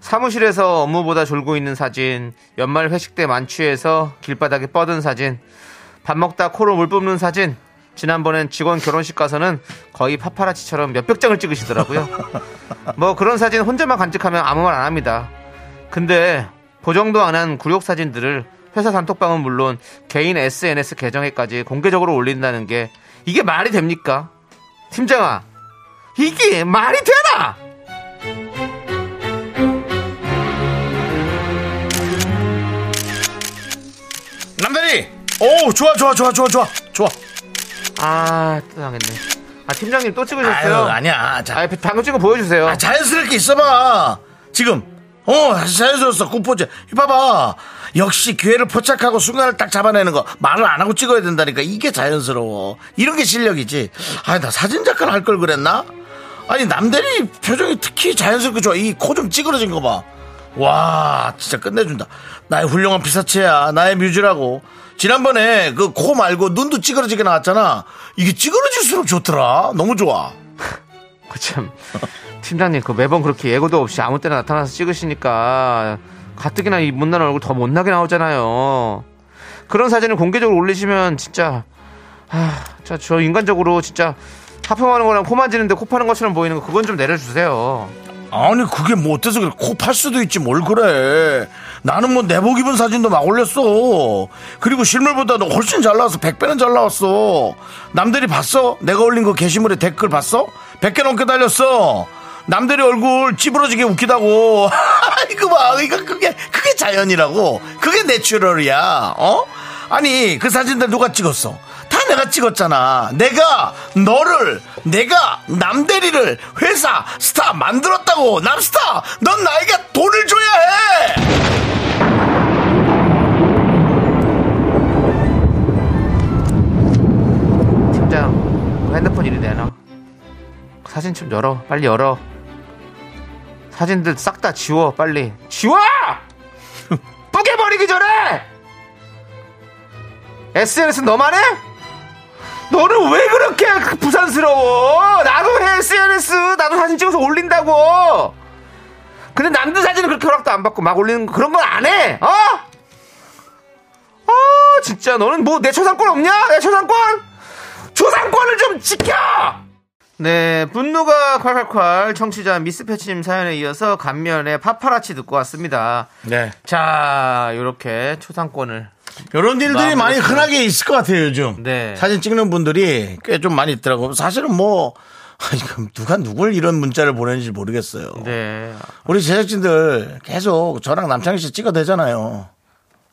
B: 사무실에서 업무보다 졸고 있는 사진, 연말 회식 때 만취해서 길바닥에 뻗은 사진, 밥 먹다 코로 물 뿜는 사진, 지난번엔 직원 결혼식 가서는 거의 파파라치처럼 몇백 장을 찍으시더라고요. 뭐 그런 사진 혼자만 간직하면 아무 말 안 합니다. 근데 보정도 안 한 굴욕 사진들을 회사 단톡방은 물론 개인 SNS 계정에까지 공개적으로 올린다는 게 이게 말이 됩니까? 팀장아, 이게 말이 되나?
A: 남편이 오 좋아 좋아 좋아 좋아 좋아 좋아.
B: 아, 또 당했네. 아, 팀장님 또
A: 아유
B: 찍으셨어요?
A: 아니야. 자,
B: 아, 방금 찍은 거 보여주세요.
A: 아, 자연스럽게 있어봐. 지금. 어, 자연스러웠어. 굿포즈. 이 봐봐. 역시 기회를 포착하고 순간을 딱 잡아내는 거. 말을 안 하고 찍어야 된다니까. 이게 자연스러워. 이런 게 실력이지. 아니, 나 사진작가를 할 걸 그랬나? 아니, 남대리 표정이 특히 자연스럽게 좋아. 이 코 좀 찌그러진 거 봐. 와, 진짜 끝내준다. 나의 훌륭한 피사체야. 나의 뮤즈라고. 지난번에 그 코 말고 눈도 찌그러지게 나왔잖아. 이게 찌그러질수록 좋더라. 너무 좋아.
B: 그참 팀장님 그 매번 그렇게 예고도 없이 아무 때나 나타나서 찍으시니까 가뜩이나 이 못난 얼굴 더 못나게 나오잖아요. 그런 사진을 공개적으로 올리시면 진짜 아저 인간적으로 진짜 하품하는 거랑 코 만지는데 코 파는 것처럼 보이는 거 그건 좀 내려주세요.
A: 아니 그게 뭐 어때서 그래 코 팔 수도 있지 뭘 그래 나는 뭐 내복 입은 사진도 막 올렸어 그리고 실물보다 너 훨씬 잘 나왔어 100배는 잘 나왔어 남들이 봤어 내가 올린 거 게시물에 댓글 봤어 100개 넘게 달렸어 남들이 얼굴 찌부러지게 웃기다고 이거 봐 이거 그게 그게 자연이라고 그게 내추럴이야 어 아니 그 사진들 누가 찍었어 다 내가 찍었잖아. 내가 너를, 내가 남대리를 회사 스타 만들었다고. 남스타, 넌 나에게 돈을 줘야 해.
B: 핸드폰 이리 내놔. 사진 좀 열어. 빨리 열어. 사진들 싹 다 지워. 빨리. 지워! 뿌개버리기 전에! SNS 너만 해? 너는 왜 그렇게 부산스러워? 나도 해, SNS. 나도 사진 찍어서 올린다고. 근데 남들 사진은 그렇게 허락도 안 받고 막 올리는 거 그런 건 안 해. 어? 아, 진짜 너는 뭐 내 초상권 없냐? 내 초상권? 초상권을 좀 지켜! 네, 분노가 콸콸콸 청취자 미스패치님 사연에 이어서 감면의 파파라치 듣고 왔습니다.
A: 네.
B: 자, 요렇게 초상권을
A: 이런 일들이
B: 마음으로
A: 많이 흔하게 있을 것 같아요 요즘.
B: 네.
A: 사진 찍는 분들이 꽤 좀 많이 있더라고. 요 사실은 뭐 아니 그럼 누가 누굴 이런 문자를 보내는지 모르겠어요.
B: 네.
A: 우리 제작진들 계속 저랑 남창희 씨 찍어대잖아요.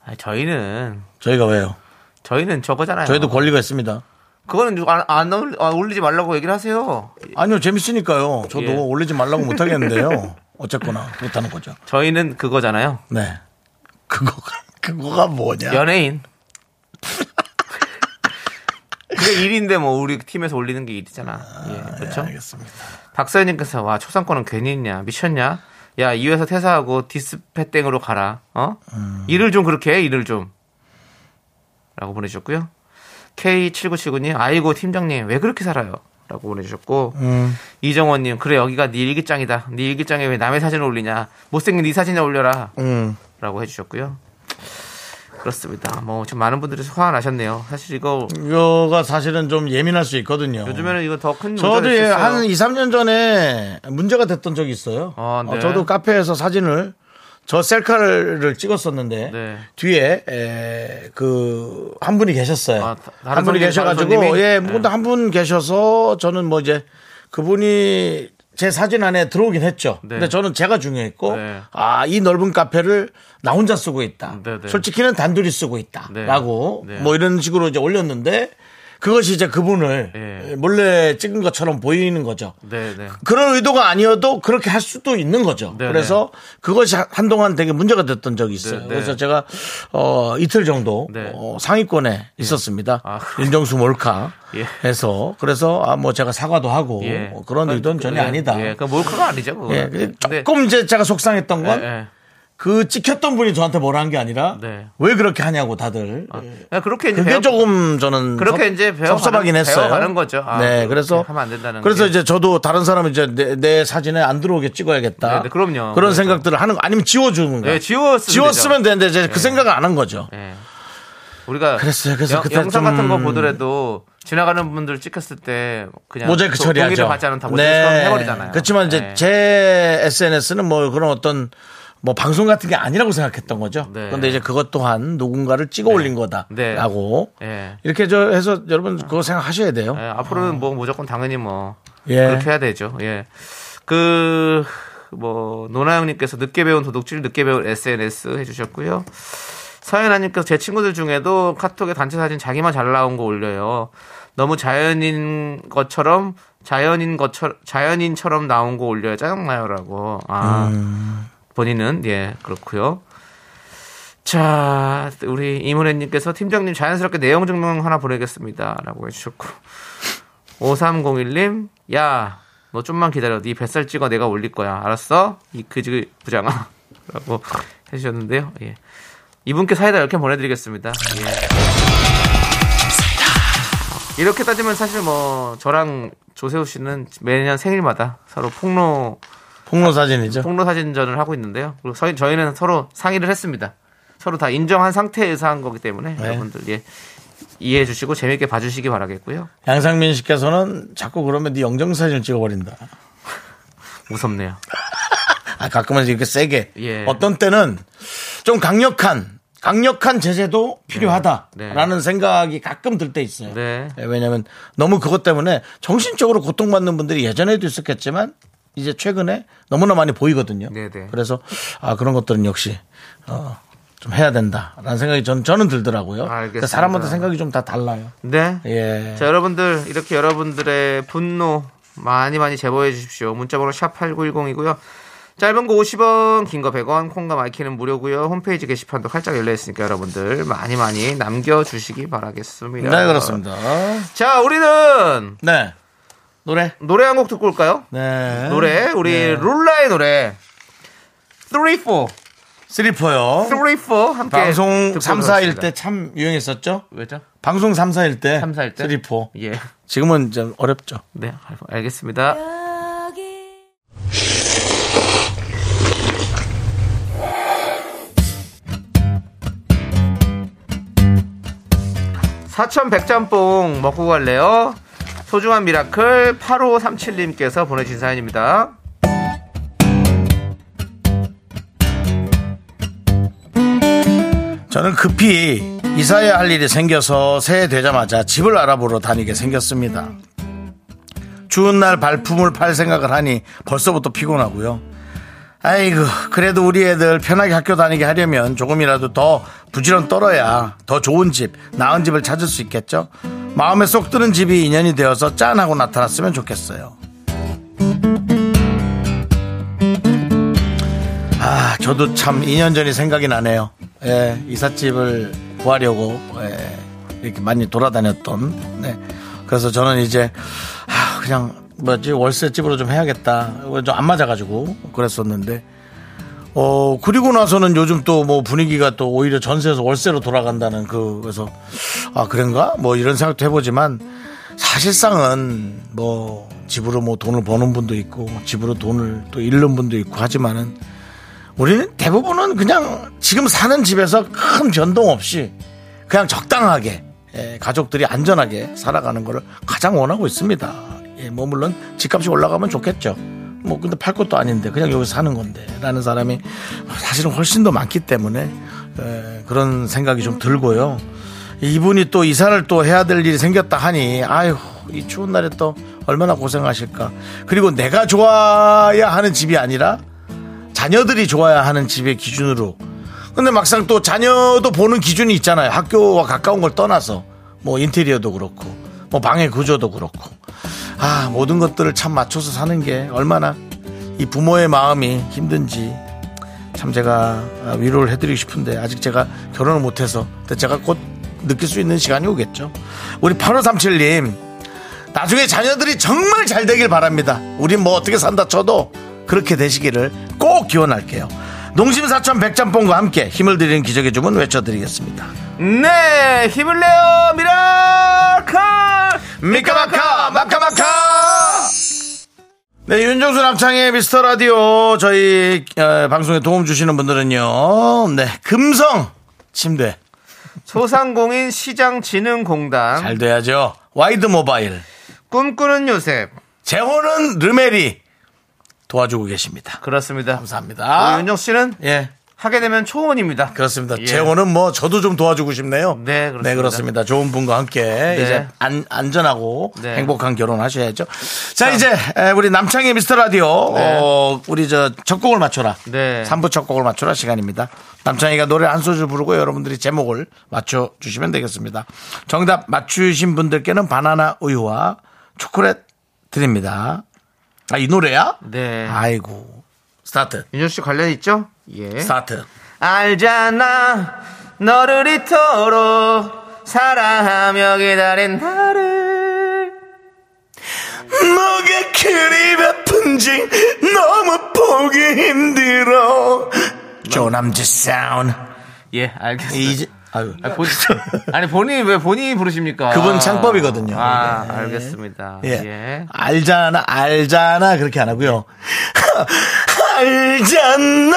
B: 아, 저희는
A: 저희가 왜요?
B: 저희는 저거잖아요.
A: 저희도 권리가 있습니다.
B: 그거는 안, 안 올리- 안 올리지 말라고 얘기를 하세요.
A: 아니요 재밌으니까요. 저도
B: 예.
A: 올리지 말라고 못하겠는데요. 어쨌거나 그렇다는 거죠.
B: 저희는 그거잖아요.
A: 네. 그거가 그거가 뭐냐?
B: 연예인. 그게 일인데 뭐 우리 팀에서 올리는 게 일이잖아. 예, 그렇죠?
A: 알겠습니다.
B: 박서연님께서 와 초상권은 괜히 있냐 미쳤냐? 야 이 회사 퇴사하고 디스패땡으로 가라. 어?
A: 음.
B: 일을 좀 그렇게 해 일을 좀. 라고 보내주셨고요. K7979님 아이고 팀장님 왜 그렇게 살아요? 라고 보내주셨고
A: 음.
B: 이정원님 그래 여기가 네 일기장이다. 네 일기장에 왜 남의 사진을 올리냐? 못생긴 네 사진을 올려라.
A: 음.
B: 라고 해주셨고요. 그렇습니다. 뭐 좀 많은 분들이 화가 나셨네요. 사실 이거
A: 이거가 사실은 좀 예민할 수 있거든요.
B: 요즘에는 이거 더큰
A: 저도 예, 한 2, 3년 전에 문제가 됐던 적이 있어요.
B: 아, 네.
A: 어, 저도 카페에서 사진을 저 셀카를 찍었었는데
B: 네.
A: 뒤에 에, 그한 분이 계셨어요.
B: 아, 다- 다른
A: 한 분이
B: 손님, 다른
A: 계셔가지고
B: 손님이?
A: 예,
B: 네.
A: 근데 한분 계셔서 저는 뭐 이제 그분이 제 사진 안에 들어오긴 했죠.
B: 네.
A: 근데 저는 제가 중요했고
B: 네.
A: 아 이 넓은 카페를 나 혼자 쓰고 있다.
B: 네, 네.
A: 솔직히는 단둘이 쓰고
B: 네.
A: 있다라고
B: 네.
A: 뭐 이런 식으로 이제 올렸는데 그것이 이제 그분을
B: 예.
A: 몰래 찍은 것처럼 보이는 거죠.
B: 네네.
A: 그런 의도가 아니어도 그렇게 할 수도 있는 거죠.
B: 네네.
A: 그래서 그것이 한- 한동안 되게 문제가 됐던 적이 있어요.
B: 네네.
A: 그래서 제가 어, 이틀 정도
B: 네.
A: 어, 상위권에 있었습니다.
B: 아.
A: 윤정수 몰카에서 그래서 아, 뭐 제가 사과도 하고
B: 예.
A: 어, 그런
B: 그건-
A: 의도는 전혀
B: 예,
A: 아니다.
B: 예, 그 몰카가 아니죠. 그거.
A: 예, 근데 조금 이제 제가 속상했던 건 그
B: 예,
A: 찍혔던 분이 저한테 뭐라 한 게 아니라
B: 네.
A: 왜 그렇게 하냐고 다들
B: 예. 예, 그렇게 이제
A: 그게
B: 배워,
A: 조금 저는
B: 그렇게
A: 섭-
B: 이제 배워가는-
A: 섭섭하긴 했어요.
B: 배워가는 거죠. 아,
A: 네,
B: 그렇게
A: 그래서
B: 하면 안 된다는
A: 그래서
B: 게.
A: 이제 저도 다른 사람은 이제 내, 내 사진에 안 들어오게 찍어야겠다.
B: 네, 네, 그럼요.
A: 그런
B: 그렇죠.
A: 생각들을 하는 거 아니면 지워주는 거.
B: 예, 지웠으면
A: 네.
B: 네.
A: 지웠으면 되는데 이제 그 생각을 안 한 거죠.
B: 예. 우리가
A: 그랬어요. 그래서
B: 영-
A: 그때
B: 영상
A: 좀-
B: 같은 거 보더라도 지나가는 분들 찍혔을 때 그냥
A: 모자이크
B: 도-
A: 처리하죠. 네.
B: 동의를 받지 않으면 다 모자이크 해버리잖아요.
A: 그렇지만 이제
B: 예.
A: 제 SNS는 뭐 그런 어떤 뭐 방송 같은 게 아니라고 생각했던 거죠.
B: 네.
A: 그런데 이제 그것 또한 누군가를 찍어 올린
B: 네.
A: 거다라고
B: 예.
A: 이렇게 저 해서 여러분 그거 생각하셔야 돼요.
B: 예,
A: 어.
B: 앞으로는 뭐 무조건 당연히 뭐
A: 예.
B: 그렇게 해야 되죠. 예. 그, 뭐, 노나영님께서 늦게 배운 도둑질, 늦게 배운 SNS 해주셨고요. 서연아님께서 제 친구들 중에도 카톡에 단체 사진 자기만 잘 나온 거 올려요. 너무 자연인 것처럼, 자연인 것처럼, 자연인처럼 나온 거 올려요. 짜증나요라고. 아, 본인은, 예, 그렇고요 자, 우리 이문혜님께서 팀장님 자연스럽게 내용 증명 하나 보내겠습니다. 라고 해주셨고. 5301님, 야, 너 좀만 기다려. 네 뱃살 찍어 내가 올릴 거야. 알았어? 이 그지 부장아. 라고 해주셨는데요. 예. 이분께 사이다 10캔 보내드리겠습니다. 예. 이렇게 따지면 사실 뭐, 저랑 조세호 씨는 매년 생일마다 서로 폭로,
A: 폭로 사진이죠.
B: 폭로 사진전을 하고 있는데요. 그리고 저희, 저희는 서로 상의를 했습니다. 서로 다 인정한 상태에서 한 거기 때문에 여러분들, 예. 이해해 주시고 재밌게 봐주시기 바라겠고요.
A: 양상민 씨께서는 자꾸 그러면 네 영정 사진을 찍어버린다.
B: 무섭네요.
A: 아 가끔은 이렇게 세게.
B: 예.
A: 어떤 때는 좀 강력한 강력한 제재도
B: 네.
A: 필요하다라는 생각이 가끔 들 때 있어요.
B: 네.
A: 예, 왜냐하면 너무 그것 때문에 정신적으로 고통받는 분들이 예전에도 있었겠지만 이제 최근에 너무나 많이 보이거든요.
B: 네네.
A: 그래서 아 그런 것들은 역시 어, 좀 해야 된다라는 생각이 전, 저는 들더라고요. 그러니까
B: 알겠습니다.
A: 사람마다 생각이 좀 다 달라요.
B: 네.
A: 예.
B: 자, 여러분들 이렇게 여러분들의 분노 많이 많이 제보해 주십시오. 문자번호 샵 8910이고요. 짧은 거 50원, 긴 거 100원, 콩과 마이키는 무료고요. 홈페이지 게시판도 활짝 열려 있으니까 여러분들 많이 많이 남겨주시기 바라겠습니다.
A: 네, 그렇습니다.
B: 자, 우리는
A: 네. 노래.
B: 노래 한 곡 듣고 올까요?
A: 네.
B: 노래 우리 룰라의 노래 34
A: 쓰리퍼요.
B: 34 함께
A: 방송
B: 듣고
A: 3, 4일
B: 들었습니다.
A: 때 참 유행했었죠?
B: 왜죠?
A: 방송 3, 4일 때.
B: 3, 4일 때?
A: 쓰리퍼.
B: 예.
A: 지금은 좀 어렵죠.
B: 네,
D: 네.
B: 알겠습니다. 사천 백짬뽕 먹고 갈래요? 소중한 미라클 8537님께서 보내주신 사연입니다.
A: 저는 급히 이사해야 할 일이 생겨서 새해 되자마자 집을 알아보러 다니게 생겼습니다. 추운 날 발품을 팔 생각을 하니 벌써부터 피곤하고요. 아이고, 그래도 우리 애들 편하게 학교 다니게 하려면 조금이라도 더 부지런 떨어야 더 좋은 집, 나은 집을 찾을 수 있겠죠? 마음에 쏙 드는 집이 인연이 되어서 짠하고 나타났으면 좋겠어요. 아, 저도 참 2년 전이 생각이 나네요. 예, 이삿집을 구하려고 예, 이렇게 많이 돌아다녔던. 네. 그래서 저는 이제 아, 그냥 뭐지 월세집으로 좀 해야겠다. 좀 안 맞아가지고 그랬었는데. 어 그리고 나서는 요즘 또 뭐 분위기가 또 오히려 전세에서 월세로 돌아간다는 그 그래서 아 그런가 뭐 이런 생각도 해보지만 사실상은 뭐 집으로 뭐 돈을 버는 분도 있고 집으로 돈을 또 잃는 분도 있고 하지만은 우리는 대부분은 그냥 지금 사는 집에서 큰 변동 없이 그냥 적당하게 예, 가족들이 안전하게 살아가는 거를 가장 원하고 있습니다. 예, 뭐 물론 집값이 올라가면 좋겠죠. 뭐 근데 팔 것도 아닌데 그냥 여기서 사는 건데라는 사람이 사실은 훨씬 더 많기 때문에 예, 그런 생각이 좀 들고요. 이분이 또 이사를 또 해야 될 일이 생겼다 하니 아휴 이 추운 날에 또 얼마나 고생하실까. 그리고 내가 좋아야 하는 집이 아니라 자녀들이 좋아야 하는 집의 기준으로. 근데 막상 또 자녀도 보는 기준이 있잖아요. 학교와 가까운 걸 떠나서 뭐 인테리어도 그렇고 뭐 방의 구조도 그렇고 아 모든 것들을 참 맞춰서 사는 게 얼마나 이 부모의 마음이 힘든지 참 제가 위로를 해드리고 싶은데 아직 제가 결혼을 못해서 근데 제가 곧 느낄 수 있는 시간이 오겠죠. 우리 8537님 나중에 자녀들이 정말 잘 되길 바랍니다. 우린 뭐 어떻게 산다 쳐도 그렇게 되시기를 꼭 기원할게요. 농심 사천 백짬뽕과 함께 힘을 드리는 기적의 주문 외쳐드리겠습니다.
B: 네, 힘을 내요 미라클.
A: 미카마카 마카마카 네 윤정수 남창의 미스터 라디오 저희 어, 방송에 도움 주시는 분들은요. 네 금성 침대
B: 소상공인 시장진흥공단
A: 잘 돼야죠. 와이드 모바일
B: 꿈꾸는 요셉
A: 재호는 르메리 도와주고 계십니다.
B: 그렇습니다.
A: 감사합니다.
B: 우리 아, 윤정 씨는
A: 예.
B: 하게 되면 초원입니다.
A: 그렇습니다.
B: 예.
A: 재호는 뭐 저도 좀 도와주고 싶네요.
B: 네, 그렇습니다.
A: 그렇습니다. 좋은 분과 함께 이제 안, 안전하고
B: 네.
A: 행복한 결혼 하셔야죠. 자, 이제 에, 우리 남창의 미스터 라디오
B: 네.
A: 어, 우리 저 첫 곡을 맞춰라.
B: 네.
A: 3부 첫 곡을 맞춰라 시간입니다. 남창이가 노래 한 소절 부르고 여러분들이 제목을 맞춰 주시면 되겠습니다. 정답 맞추신 분들께는 바나나 우유와 초콜릿 드립니다. 아, 이 노래야?
B: 네.
A: 아이고. 스타트.
B: 윤정 씨 관련 있죠? 예.
A: 스타트.
B: 알잖아 너를 이토록 사랑하며 기다린 나를
A: 뭐가 그리 바쁜지 너무 보기 힘들어. 조남지 사운.
B: 예 알겠습니다.
A: 이제 아유. 예.
B: 아니, 본, 아니 본인이 왜 본인이 부르십니까?
A: 그분 창법이거든요.
B: 아
A: 네.
B: 알겠습니다.
A: 예.
B: 예.
A: 알잖아, 알잖아 그렇게 안 하고요. 알잖아.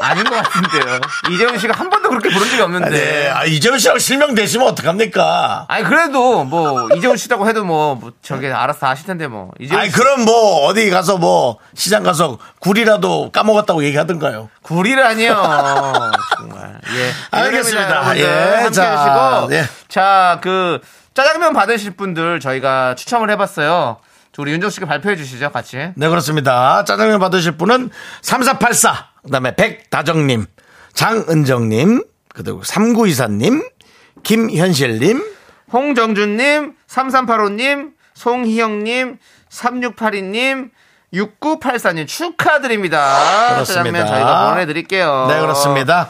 B: 아닌 것 같은데요. 이재훈 씨가 한 번도 그렇게 부른 적이 없는데.
A: 네. 아, 이재훈 씨랑 실명 되시면 어떡합니까?
B: 아니 그래도 뭐 이재훈 씨라고 해도 뭐, 뭐 저게 알아서 아실 텐데 뭐 이재훈
A: 아니
B: 씨
A: 그럼 뭐 어디 가서 뭐 시장 가서 굴이라도 까먹었다고 얘기하던가요.
B: 구리라니요 정말 예
A: 알겠습니다.
B: 여러분들
A: 예,
B: 함께
A: 자,
B: 하시고
A: 예.
B: 자그 짜장면 받으실 분들 저희가 추첨을 해봤어요 저 우리 윤정 씨가 발표해 주시죠 같이
A: 네 그렇습니다. 짜장면 받으실 분은 3484 그다음에 백다정님 장은정님 그리고 3924님 김현실님
B: 홍정준님 3385님 송희영님 3682님 6984님 축하드립니다.
A: 그렇습니다.
B: 짜장면 저희가 보내드릴게요.
A: 네, 그렇습니다.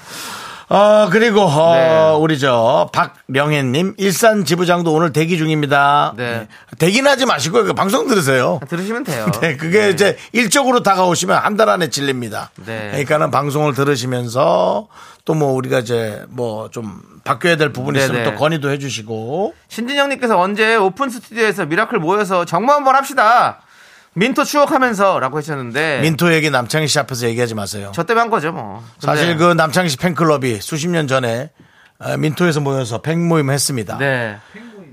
A: 어, 그리고, 어,
B: 네.
A: 우리 저, 박령혜님, 일산 지부장도 오늘 대기 중입니다.
B: 네.
A: 대기는 하지 마시고요. 그 방송 들으세요.
B: 들으시면 돼요.
A: 네, 그게 이제 일적으로 다가오시면 한 달 안에 질립니다.
B: 네.
A: 그러니까는 방송을 들으시면서 또 뭐 우리가 이제 뭐 좀 바뀌어야 될 부분이
B: 네,
A: 있으면
B: 네.
A: 또 건의도 해주시고
B: 신진영님께서 언제 오픈 스튜디오에서 미라클 모여서 정모 한번 합시다. 민토 추억하면서라고 하셨는데
A: 민토 얘기 남창희 씨 앞에서 얘기하지 마세요.
B: 네. 저 때문에 한 거죠 뭐. 근데-
A: 사실 그 남창희 씨 팬클럽이 수십 년 전에 어, 민토에서 모여서 팬 모임 했습니다.
B: 네.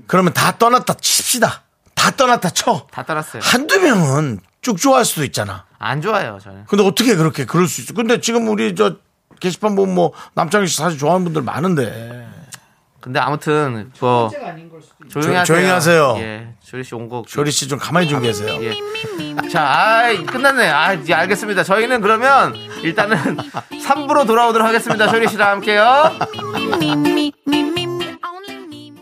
A: 그러면 다 떠났다 칩시다. 다 떠났다 쳐.
B: 다 따랐어요.
A: 한두 명은 쭉 좋아할 수도 있잖아.
B: 안 좋아요 저는.
A: 근데 어떻게 그렇게 그럴 수 있어? 근데 지금 우리 저 게시판 보면 뭐 남창희 씨 사실 좋아하는 분들 많은데.
B: 근데 아무튼 뭐 조용히
A: 조-
B: 하세요.
A: 조용히 하세요.
B: 예, 조리 씨온 거.
A: 조리 씨 좀 가만히 좀 계세요.
B: 예. 자, 아이, 끝났네. 아, 이제 알겠습니다. 저희는 그러면 일단은 3부로 돌아오도록 하겠습니다. 조리 씨랑 함께요.
D: Me, me, me, me, me, only me, me.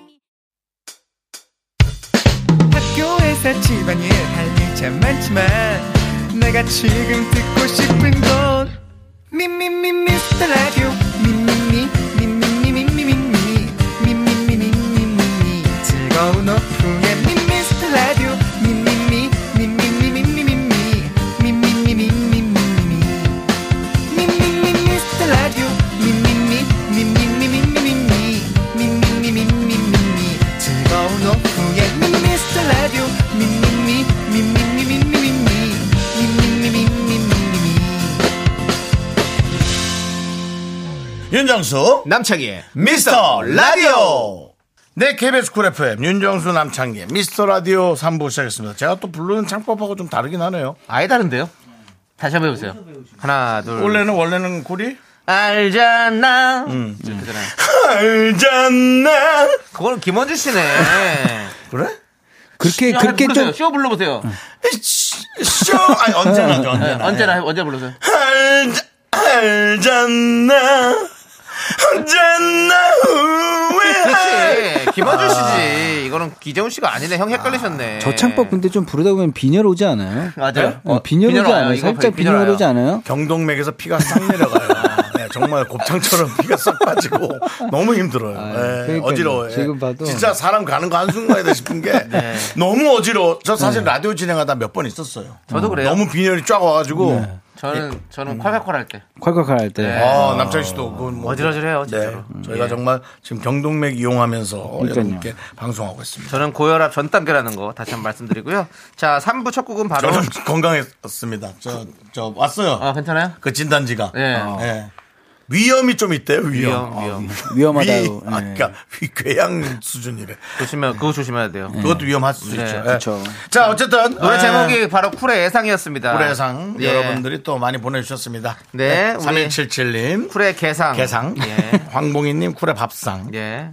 E: 학교에서 집안일 할 일 참 많지만 내가 지금 듣고 싶은 건 미미미 미스터 라디오 미미미 미미미 미미미 미미미 미미미 즐거운 오후에 미미스터 라디오 미미미 미미미 미미미 미미미 미미미 미미미 미스터 라디오 미미미 미미미 미미미 미미미 미미미 즐거운
B: 예.
E: 오후에 미스터 라디오 미미미 미미미 미미미 미미미 미미미
A: 윤정수
B: 남창희의
A: 미스터 라디오. 네, KBS 쿨 FM 윤정수 남창희 미스터 라디오 3부 시작했습니다. 제가 또 부르는 창법하고 좀 다르긴 하네요.
B: 아예 다른데요? 다시 한번 해보세요. 하나, 둘.
A: 원래는 원래는 쿨이
B: 알잖아.
F: 음.
B: 이렇게 되잖아요.
A: 알잖아.
B: 그거는 김원주 씨네.
A: 그래?
F: 그렇게
B: 야,
F: 그렇게
B: 불러보세요.
F: 좀 음.
B: 쇼 불러보세요.
A: 쇼 아니 언제나죠
B: 네,
A: 언제나.
B: 언제나 해- 언제 불러세요?
A: 알자, 알잖아. 언제나 후회할.
B: 그렇지. 아. 김원주 씨지. 이거는 기재훈 씨가 아니네. 형 헷갈리셨네.
F: 아. 저창법 근데 좀 부르다 보면 빈혈 오지 않아요?
B: 맞아요.
F: 어, 빈혈 오지
B: 와요.
F: 않아요?
B: 이거 빈혈
F: 살짝 빈혈
B: 와요.
F: 오지 않아요?
A: 경동맥에서 피가 싹 내려가요. 네, 정말 곱창처럼 피가 싹 빠지고 너무 힘들어요.
F: 아유,
A: 네,
F: 그러니까요.
A: 어지러워요. 네.
F: 지금 봐도. 네.
A: 진짜 사람 가는 거 한순간이다 싶은 게 너무 어지러워. 저 사실 라디오 진행하다 몇 번 있었어요.
B: 저도 그래요.
A: 너무 빈혈이 쫙 와가지고
F: 네.
B: 저는
F: 음.
B: 저는 콸콸콸 할 때.
F: 콸콸콸 할 때.
A: 아, 남창희 씨도 그건 뭐
B: 어지러지해요
A: 네,
B: 진짜로.
A: 저희가 정말 지금 경동맥 이용하면서
F: 음. 그러니까요.
A: 여러분께 방송하고 있습니다.
B: 저는 고혈압 전 단계라는 거 다시 한번 말씀드리고요. 자, 3부 첫 곡은 바로
A: 저는 건강했습니다. 저, 저 왔어요.
B: 아, 괜찮아요?
A: 그 진단지가.
B: 예.
A: 예. 위염이 좀 있대요. 아, 위염.
B: 위험, 위험.
F: 위험하다고.
A: 위, 아,
B: 네.
A: 그러니까 위 궤양 수준이래.
B: 조심해, 그거 조심해야 돼요.
A: 그것도 위험할 수
B: 네,
A: 있죠. 예.
F: 그쵸.
A: 자, 어쨌든
B: 노래 제목이 바로 쿨의 예상이었습니다.
A: 올해 아. 예상
B: 예.
A: 여러분들이 또 많이 보내주셨습니다.
B: 네, 우리
A: 3177님
B: 쿨의 개상.
A: 개상,
B: 예.
A: 황봉희님 쿨의 밥상,
B: 예.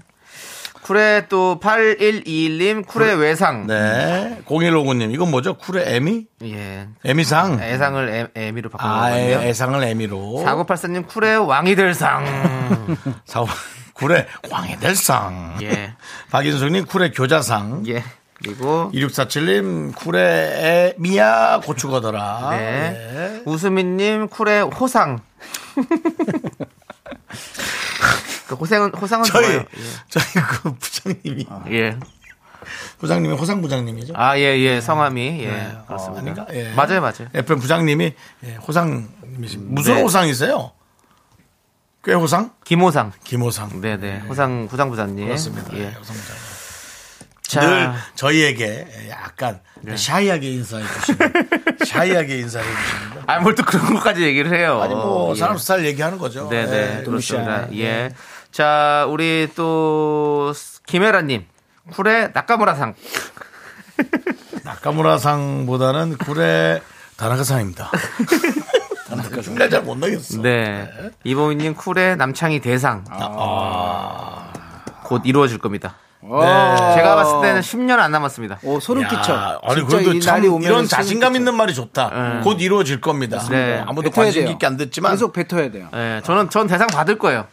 B: 쿨의 또 8121님 쿨의 외상.
A: 네, 0159님 이건 뭐죠? 쿨의 에미,
B: 예.
A: 에미상,
B: 애상을 애, 미로 바꾼
A: 아,
B: 거예요.
A: 예, 애상을 에미로.
B: 4984님 쿨의 왕이들상.
A: 사고. 쿨의 광해대상.
B: 예.
A: 박인숙님 쿨의 교자상.
B: 예. 그리고
A: 2647님 쿨의 미야 고추거더라.
B: 네.
A: 예.
B: 우수민님 쿨의 호상. 그 호상은 호상은
A: 저희
B: 좋아요.
A: 저희 그 부장님이
B: 예. 예.
A: 부장님이 호상 부장님이죠.
B: 아, 예, 예. 성함이. 예. 그렇습니다.
A: 아닌가? 예.
B: 맞아요, 맞아요.
A: FM 부장님이 예, 호상님이십니다. 무슨
B: 네.
A: 호상이세요? 꽤 호상?
B: 김호상.
A: 김호상.
B: 네, 네. 호상 부상 부장님.
A: 그렇습니다.
B: 예.
A: 예, 호상 부장님.
B: 자,
A: 늘 저희에게 예, 약간 샤이하게 인사해 주시는 샤이하게 인사해 주십니다.
B: 아, 뭘 또 그런 것까지 얘기를 해요.
A: 아니 뭐
B: 예.
A: 사람 스타일 얘기하는 거죠.
B: 네, 네.
A: 예.
B: 그렇습니다. 예. 자, 우리 또 김혜라 님. 쿨의 나카무라상.
A: 나카무라상보다는 굴의 다나카상입니다. 다나카 중간 잘못 나겠어. 아.
B: 네. 이보민 님 쿨의 남창희 대상. 곧 이루어질 겁니다.
A: 네.
B: 제가 봤을 때는 10년 안 남았습니다.
F: 오, 소름 끼쳐.
A: 야, 아니
F: 진짜
A: 그래도
F: 이
A: 참
F: 날이 오면
A: 이런 자신감 있는 말이 좋다.
B: 네.
A: 곧 이루어질 겁니다.
B: 네.
A: 아무도 관심 있게 안 듣지만
F: 계속 뱉어야 돼요.
B: 예, 저는 전 대상 받을 거예요.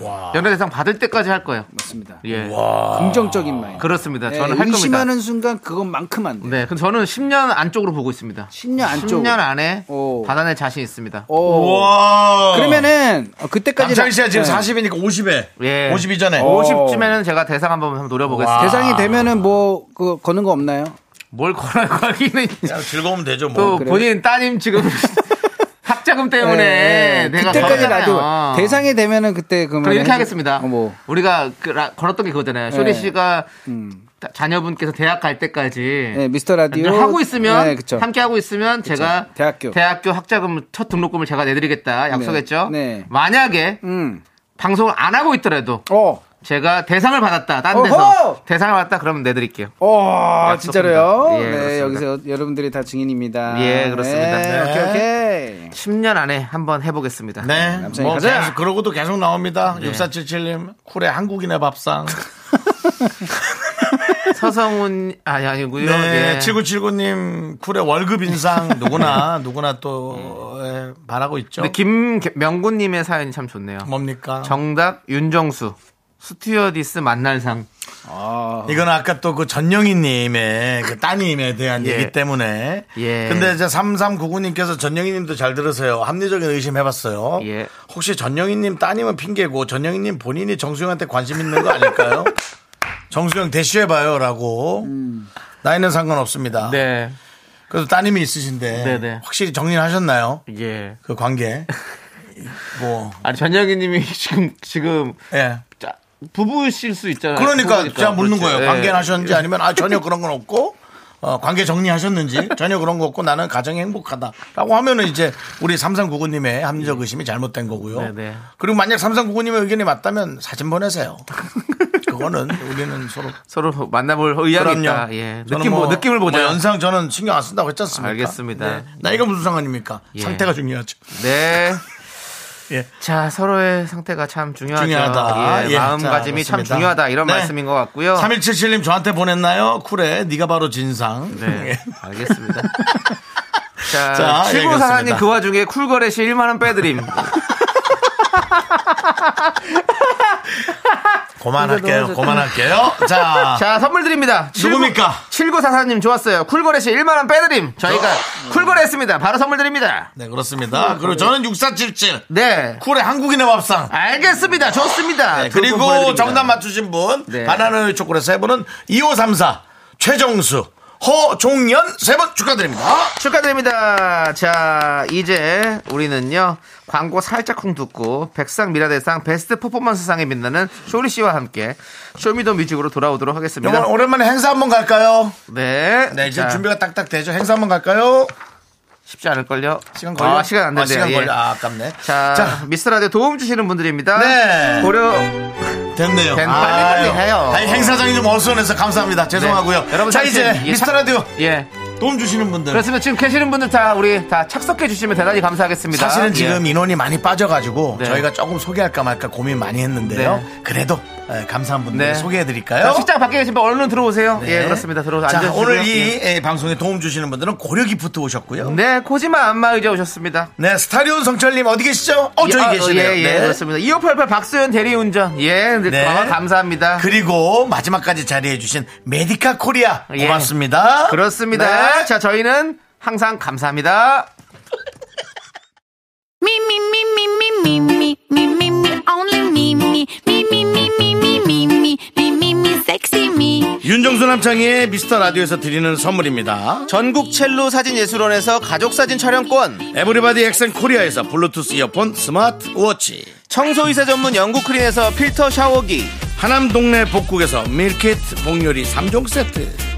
A: 와.
B: 연예 대상 받을 때까지 할 거예요.
F: 음. 맞습니다.
B: 예.
A: 와.
F: 긍정적인 마인.
B: 그렇습니다.
F: 네,
B: 저는 할 겁니다.
F: 의심하는 순간 그것만큼 안 돼.
B: 네, 근데 저는 10년 안쪽으로 보고 있습니다.
F: 10년 안쪽.
B: 10년 안에
F: 오.
B: 받아낼 자신 있습니다.
F: 오.
A: 와.
F: 어. 그러면은 어, 그때까지
A: 남창희 씨가 지금
F: 네. 어.
A: 40이니까 50에
B: 예.
A: 50 이전에
F: 오.
B: 50쯤에는 제가 대상 한번 한번 노려보겠습니다.
F: 대상이 되면은 뭐 그 거는 거 없나요?
B: 뭘 걸어 걸기는
A: 그냥 즐거우면 되죠
B: 또
A: 뭐.
F: 그래요?
B: 본인 따님 지금 학자금 때문에
F: 네,
B: 내가 어.
F: 그때까지
B: 걸었잖아요.
F: 나도 대상이 되면은 그때 그러면
B: 그럼 이렇게
F: 해주-
B: 하겠습니다.
F: 어, 뭐
B: 우리가 그 라- 걸었던 게 그거잖아요. 쇼리
F: 네. 음.
B: 씨가 자- 자녀분께서 대학 갈 때까지
F: 네, 미스터 라디오
B: 하고 있으면
F: 네, 그쵸.
B: 함께 하고 있으면 제가
F: 대학교.
B: 학자금 첫 등록금을 제가 내드리겠다 약속했죠.
F: 네.
B: 만약에
F: 음.
B: 방송을 안 하고 있더라도
F: 어.
B: 제가 대상을 받았다. 딴
F: 어허!
B: 데서 대상을 받았다 그러면 내드릴게요.
F: 어,
B: 약속입니다.
F: 진짜로요?
B: 예,
F: 네,
B: 그렇습니다.
F: 여기서 여러분들이 다 증인입니다.
B: 예, 그렇습니다.
F: 네,
A: 네.
F: 오케이, 오케이.
B: 10년 안에 한번 해보겠습니다.
A: 네.
F: 남창희
A: 뭐
F: 가자. 네.
A: 계속 그러고도 계속 나옵니다. 6477님 쿨의 한국인의 밥상.
B: 서성훈 아니 아니고요.
A: 네.
B: 예.
A: 7979님 쿨의 월급 인상 누구나 누구나 또
F: 음.
A: 예, 바라고 있죠.
B: 근데 김명구님의 사연이 참 좋네요.
A: 뭐. 뭡니까?
B: 정답 윤정수 스튜어디스 만날상.
A: 이건 아까 또 그 전영희님의 그 따님에 대한
B: 예.
A: 얘기 때문에.
B: 예.
A: 근데 이제 3399님께서 전영희님도 잘 들으세요. 합리적인 의심 해봤어요.
B: 예.
A: 혹시 전영희님 따님은 핑계고 전영희님 본인이 정수영한테 관심 있는 거 아닐까요? 정수영 대쉬해봐요라고. 나이는 상관없습니다.
B: 음. 네.
A: 그래서 따님이 있으신데
B: 네네.
A: 확실히 정리를 하셨나요?
B: 예.
A: 그 관계. 뭐.
B: 아니 전영희님이 지금 지금
A: 예.
B: 짜- 부부실 수 있잖아요.
A: 그러니까
B: 부부니까.
A: 제가 묻는
B: 그렇죠.
A: 거예요.
B: 예.
A: 관계는 하셨는지 아니면 아 전혀 그런 건 없고 어, 관계 정리하셨는지 전혀 그런 거 없고 나는 가정이 행복하다라고 하면은 이제 우리 삼삼구구님의 합리적 의심이 잘못된 거고요.
B: 네, 네.
A: 그리고 만약 삼삼구구님의 의견이 맞다면 사진 보내세요. 그거는 우리는 서로 그러니까
B: 서로 만나볼 의향이 있다. 예.
A: 저는
B: 느낌 보- 느낌을 보자.
A: 뭐 연상 저는 신경 안 쓴다고 했지 않습니까? 네.
B: 알겠습니다.
A: 나이가 무슨 상관입니까?
B: 예.
A: 상태가 중요하죠.
B: 네.
A: 예.
B: 자 서로의 상태가 참 중요하죠.
A: 중요하다.
B: 아, 예,
A: 예,
B: 마음가짐이
A: 자,
B: 참
A: 맞습니다.
B: 중요하다 이런
A: 네.
B: 말씀인 것 같고요.
A: 3177님 저한테 보냈나요? 쿨해. 네가 바로 진상.
B: 네,
A: 예.
B: 알겠습니다.
A: 자,
B: 자,
A: 예,
B: 칠구사사님
A: 그렇습니다.
B: 그 와중에 쿨거래 시 1만 원 빼드림.
A: 고만할게요. 고만할게요. 자,
B: 자, 선물 드립니다.
A: 아. 누굽니까?
B: 7944님 좋았어요. 쿨거래 시 1만 원 빼드림. 저희가
A: 어.
B: 쿨거래했습니다. 바로 선물 드립니다.
A: 네 그렇습니다. 그리고 저는 6477
B: 네.
A: 쿨의 한국인의 밥상.
B: 알겠습니다. 좋습니다.
A: 네,
B: 두분
A: 그리고
B: 보내드립니다.
A: 정답 맞추신 분
B: 네.
A: 바나나의 초콜릿 세 분은 2534 최정수 허종연 세 분 축하드립니다.
B: 축하드립니다. 자, 이제 우리는요, 광고 살짝쿵 듣고, 백상 미라대상 베스트 퍼포먼스상에 빛나는 쇼리 씨와 함께 쇼미더 뮤직으로 돌아오도록
A: 이번
B: 하겠습니다.
A: 오랜만에 행사 한번 갈까요?
B: 네.
A: 네 이제
B: 자,
A: 준비가 딱딱 되죠. 행사 한번 갈까요?
B: 쉽지 않을걸요?
A: 시간 걸려.
B: 아, 시간 안
A: 아,
B: 된대요.
A: 시간
B: 예.
A: 걸려. 아, 아깝네.
B: 자, 미스터라디오 도움 주시는 분들입니다.
A: 네.
B: 고려,
A: 됐네요.
B: 된- 빨리 빨리 해요.
A: 아니, 행사장이 좀 어수선해서 감사합니다. 죄송하고요.
B: 네. 여러분
A: 자
B: 사실
A: 이제
B: 이
A: 미스터
B: 사-
A: 라디오
B: 예.
A: 도움 주시는 분들.
B: 그렇습니다. 지금 계시는 분들 다 우리 다 착석해 주시면 대단히 감사하겠습니다. 예.
A: 사실은 지금 인원이 많이 빠져가지고
B: 네.
A: 저희가 조금 소개할까 말까 고민 많이 했는데요.
B: 네.
A: 그래도 예, 감사한 분들
B: 네.
A: 소개해드릴까요?
B: 자, 식장 밖에 계신 분 얼른 들어오세요.
A: 네.
B: 예, 그렇습니다. 들어오세요.
A: 자,
B: 앉아주시고요.
A: 오늘 이 예, 방송에 도움 주시는 분들은 고려기프트 오셨고요. 네.
B: 네, 코지마 안마 의자 오셨습니다.
A: 스타리온 성철님 어디 계시죠? 어, 저희
B: 아,
A: 계시네요.
B: 예, 예,
A: 네.
B: 그렇습니다. 2588 박수현 대리운전. 예, 네,
A: 네.
B: 아, 감사합니다.
A: 그리고 마지막까지 자리해주신 메디카 코리아
B: 예.
A: 고맙습니다.
B: 그, 렇습니다
A: 네.
B: 자, 저희는 항상 감사합니다.
D: Me, me, me, me, me, me, me, me, me, me, only me, me, me, me, me, me, me, me, me, me, me, me, sexy me.
A: 윤정수 남창희의 미스터 라디오에서 드리는 선물입니다.
B: 전국 첼로 사진 예술원에서 가족 사진 촬영권,
A: 에브리바디 엑센 코리아에서 블루투스 이어폰 스마트 워치.
B: 청소이사 전문 영국 크린에서 필터 샤워기,
A: 하남 동네 복국에서 밀키트 복요리 3종 세트.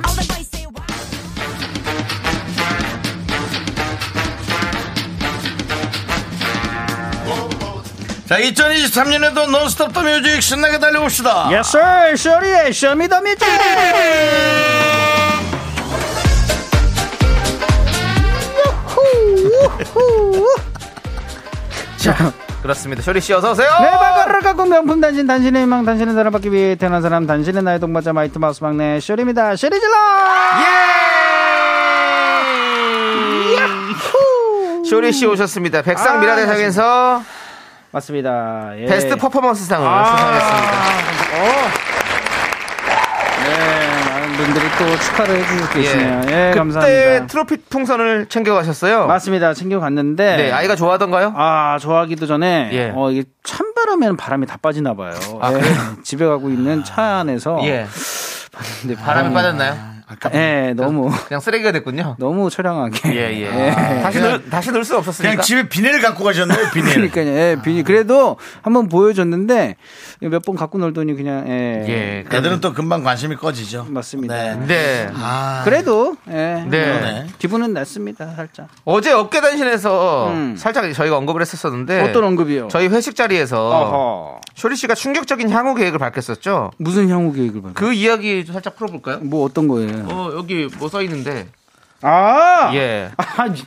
D: All the boys say wow.
A: 자, 2023년에도 논스톱 더 뮤직 신나게 달려봅시다.
E: Yes, sir. 쇼리의 쇼미더뮤직.
B: 그렇습니다. 쇼리 씨 어서 오세요.
A: 네.
E: 내 발걸을 갖고 명품 단신, 단신의 희망, 단신의 사람 받기 위해 태어난 사람, 단신의 나의 동반자 마이트 마우스 막내 쇼리입니다. 쇼리 질러!
B: 예! 쇼리 씨 오셨습니다. 백상
E: 아,
B: 미라 대상에서
E: 맞습니다. 예.
B: 베스트 퍼포먼스상을
F: 아,
B: 수상하셨습니다.
F: 네, 많은 분들이 또 축하를 해주고 계시네요. 예,
B: 그때
F: 감사합니다.
B: 트로피 풍선을 챙겨 가셨어요.
F: 맞습니다. 챙겨갔는데.
B: 네, 아이가 좋아하던가요?
F: 아, 좋아하기도 전에
B: 예.
F: 어 이게 찬바람에는 바람이 다 빠지나 봐요.
B: 아,
F: 예.
B: 그래요?
F: 집에 가고 있는 차 안에서
B: 예.
F: 근데
B: 바람에
F: 바람이-
B: 빠졌나요?
F: 예, 너무
B: 그냥 쓰레기가 됐군요.
F: 너무 처량하게. 어,
B: 예, 예. 다시 넣을, 다시 넣을 수 없었으니까.
A: 그냥 집에 비닐 갖고 가셨네요, 비닐.
F: 그러니까. 그러니까요. 예,
B: 아.
F: 비니 그래도 한번 보여줬는데 몇 번 갖고 놀더니 그냥 예.
B: 예. 그-
A: 애들은 또 금방 관심이 꺼지죠.
F: 맞습니다.
A: 네.
B: 네.
A: 아,
F: 그래도 예.
B: 네.
A: 네.
F: 기분은 났습니다. 살짝.
B: 어제 어깨 단신에서
F: 음.
B: 살짝 저희가 언급을 했었었는데
F: 어떤 언급이요?
B: 네. 저희 회식 자리에서
F: 어허.
B: 쇼리 씨가 충격적인 향후 계획을 밝혔었죠.
F: 무슨 향후 계획을 받요
B: 그 이야기 좀 살짝 풀어볼까요?
F: 뭐 어떤 거예요?
B: 어 여기 뭐 써 있는데
F: 아!
B: 예
F: 아, 지-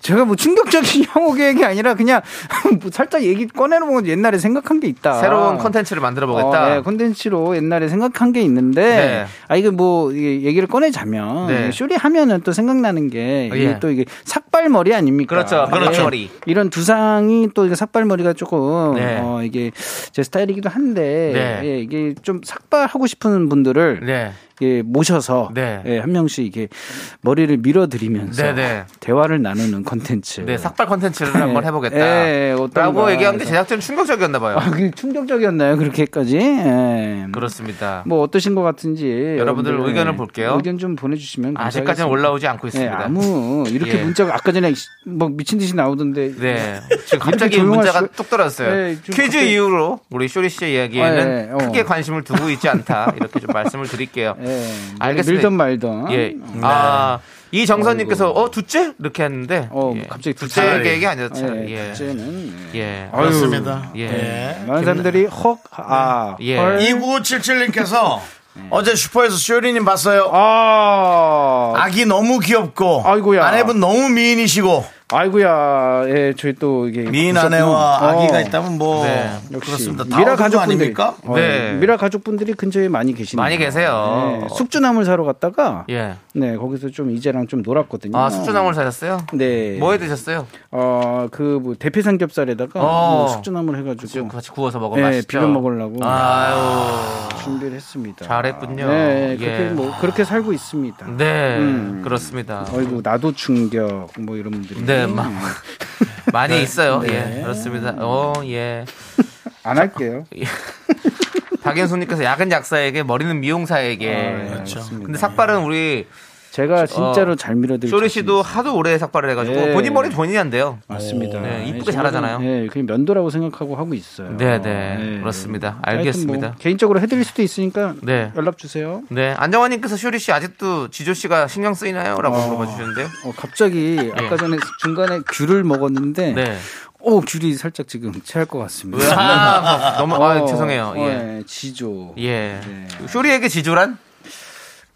F: 제가 뭐 충격적인 향후 계획이 아니라 그냥 뭐 살짝 얘기 꺼내는 건 옛날에 생각한 게 있다.
B: 새로운 컨텐츠를 만들어 보겠다.
F: 아. 어, 네, 콘텐츠로 옛날에 생각한 게 있는데
B: 네.
F: 아 이게 뭐 이게 얘기를 꺼내자면
B: 네.
F: 쇼리 하면은 또 생각나는 게 이게
B: 예.
F: 또 이게 삭발머리 아닙니까? 네.
B: 그렇죠,
A: 그렇죠.
B: 머리.
F: 이런 두상이 또 이게 삭발머리가 조금
B: 네.
F: 어, 이게 제 스타일이기도 한데
B: 네.
F: 예, 이게 좀 삭발하고 싶은 분들을
B: 네.
F: 예, 모셔서
B: 네.
F: 예, 한 명씩 이게 머리를 밀어드리면서
B: 네, 네.
F: 대화를 나누는 컨텐츠.
B: 네, 삭발 컨텐츠를 한번 해보겠다.
F: 예, 예, 어떤가
B: 라고 얘기하는데
F: 해서.
B: 제작진 충격적이었나 봐요.
F: 아, 그게 충격적이었나요? 그렇게까지? 예.
B: 그렇습니다.
F: 뭐 어떠신 것 같은지
B: 여러분들 의견을
F: 예,
B: 볼게요.
F: 의견 좀 보내주시면
B: 아직까지는
F: 감사하겠습니다.
B: 올라오지 않고
F: 예,
B: 있습니다.
F: 아무 이렇게
B: 예.
F: 문자가 아까 전에 막 미친 듯이 나오던데
B: 네. 지금 갑자기
F: 이렇게 조용할
B: 문자가
F: 수가-
B: 뚝 떨어졌어요.
F: 네, 좀
B: 퀴즈
F: 갑자기-
B: 이후로 우리 쇼리 씨의 이야기에는
F: 아, 예, 어.
B: 크게 관심을 두고 있지 않다. 이렇게 좀 말씀을 드릴게요.
F: 예,
B: 네. 알겠습니다.
F: 밀던 말던
B: 예. 아, 이 정선님께서 어, 둘째? 이렇게 했는데.
F: 어,
B: 예.
F: 갑자기
B: 둘째
A: 차라리.
B: 얘기
F: 예,
B: 아니었잖아요. 예.
F: 둘째는 네. 예.
B: 예.
A: 그렇습니다.
B: 예.
A: 예.
F: 많은 사람들이 혹아
B: 예.
F: 헐.
A: 2977님께서
F: 네.
A: 어제 슈퍼에서 쇼리님 봤어요.
F: 아
A: 아기 너무 귀엽고
F: 아이고야.
A: 내분 너무 미인이시고
F: 아이고야, 예, 저희 또 이게
A: 미인
F: 있었구나.
A: 아내와
F: 어,
A: 아기가 있다면 뭐
B: 네.
F: 역시
A: 그렇습니다. 다
F: 미라
A: 얻은 거
F: 가족분들이
A: 아닙니까?
F: 어,
B: 네.
F: 미라 가족분들이 근처에 많이 계시네요.
B: 많이 계세요.
F: 네, 숙주나물 사러 갔다가
B: 예.
F: 네 거기서 좀 이제랑 좀 놀았거든요.
B: 아, 숙주나물 사셨어요?
F: 음. 네.
B: 뭐 해 드셨어요?
F: 어그뭐 대패 삼겹살에다가
B: 어.
F: 뭐 숙주나물
B: 지금
F: 해가지고
B: 같이 구워서 먹으면
F: 예,
B: 맛있죠.
F: 비벼 먹으려고
B: 아유.
F: 준비를 했습니다.
B: 잘했군요.
F: 네,
B: 예.
F: 그렇게 뭐 그렇게 살고 있습니다.
B: 네.
F: 음.
B: 그렇습니다.
F: 어이구 나도 충격 뭐 이런 분들이
B: 네, 막 많이
F: 네.
B: 있어요. 예, 그렇습니다. 어, 예.
F: 안 할게요.
B: 박연수님께서 약은 약사에게, 머리는 미용사에게.
F: 그렇죠.
B: 근데 삭발은 우리
F: 제가 진짜로 잘
B: 어.
F: 밀어드릴
B: 쇼리
F: 자신
B: 씨도
F: 있어요.
B: 하도 오래 삭발을 해가지고
F: 예.
B: 본인 머리 본인이 한대요.
F: 맞습니다.
B: 네, 이쁘게
F: 저는,
B: 잘하잖아요.
F: 네, 그냥 면도라고 생각하고 하고 있어요.
B: 네, 네, 그렇습니다. 알겠습니다.
F: 하여튼 뭐 개인적으로 해드릴 수도 있으니까
B: 네.
F: 연락 주세요.
B: 네, 안정환님께서 쇼리 씨 아직도 지조 씨가 신경 쓰이나요? 라고 물어봐 주셨는데요.
F: 어, 갑자기 아까 전에 중간에 귤을 먹었는데,
B: 네.
F: 오 귤이 살짝 지금 체할 것 같습니다.
B: 아, 너무, 아,
F: 어,
B: 죄송해요.
F: 어, 네.
B: 예.
F: 예, 지조.
B: 예. 쇼리에게 지조란?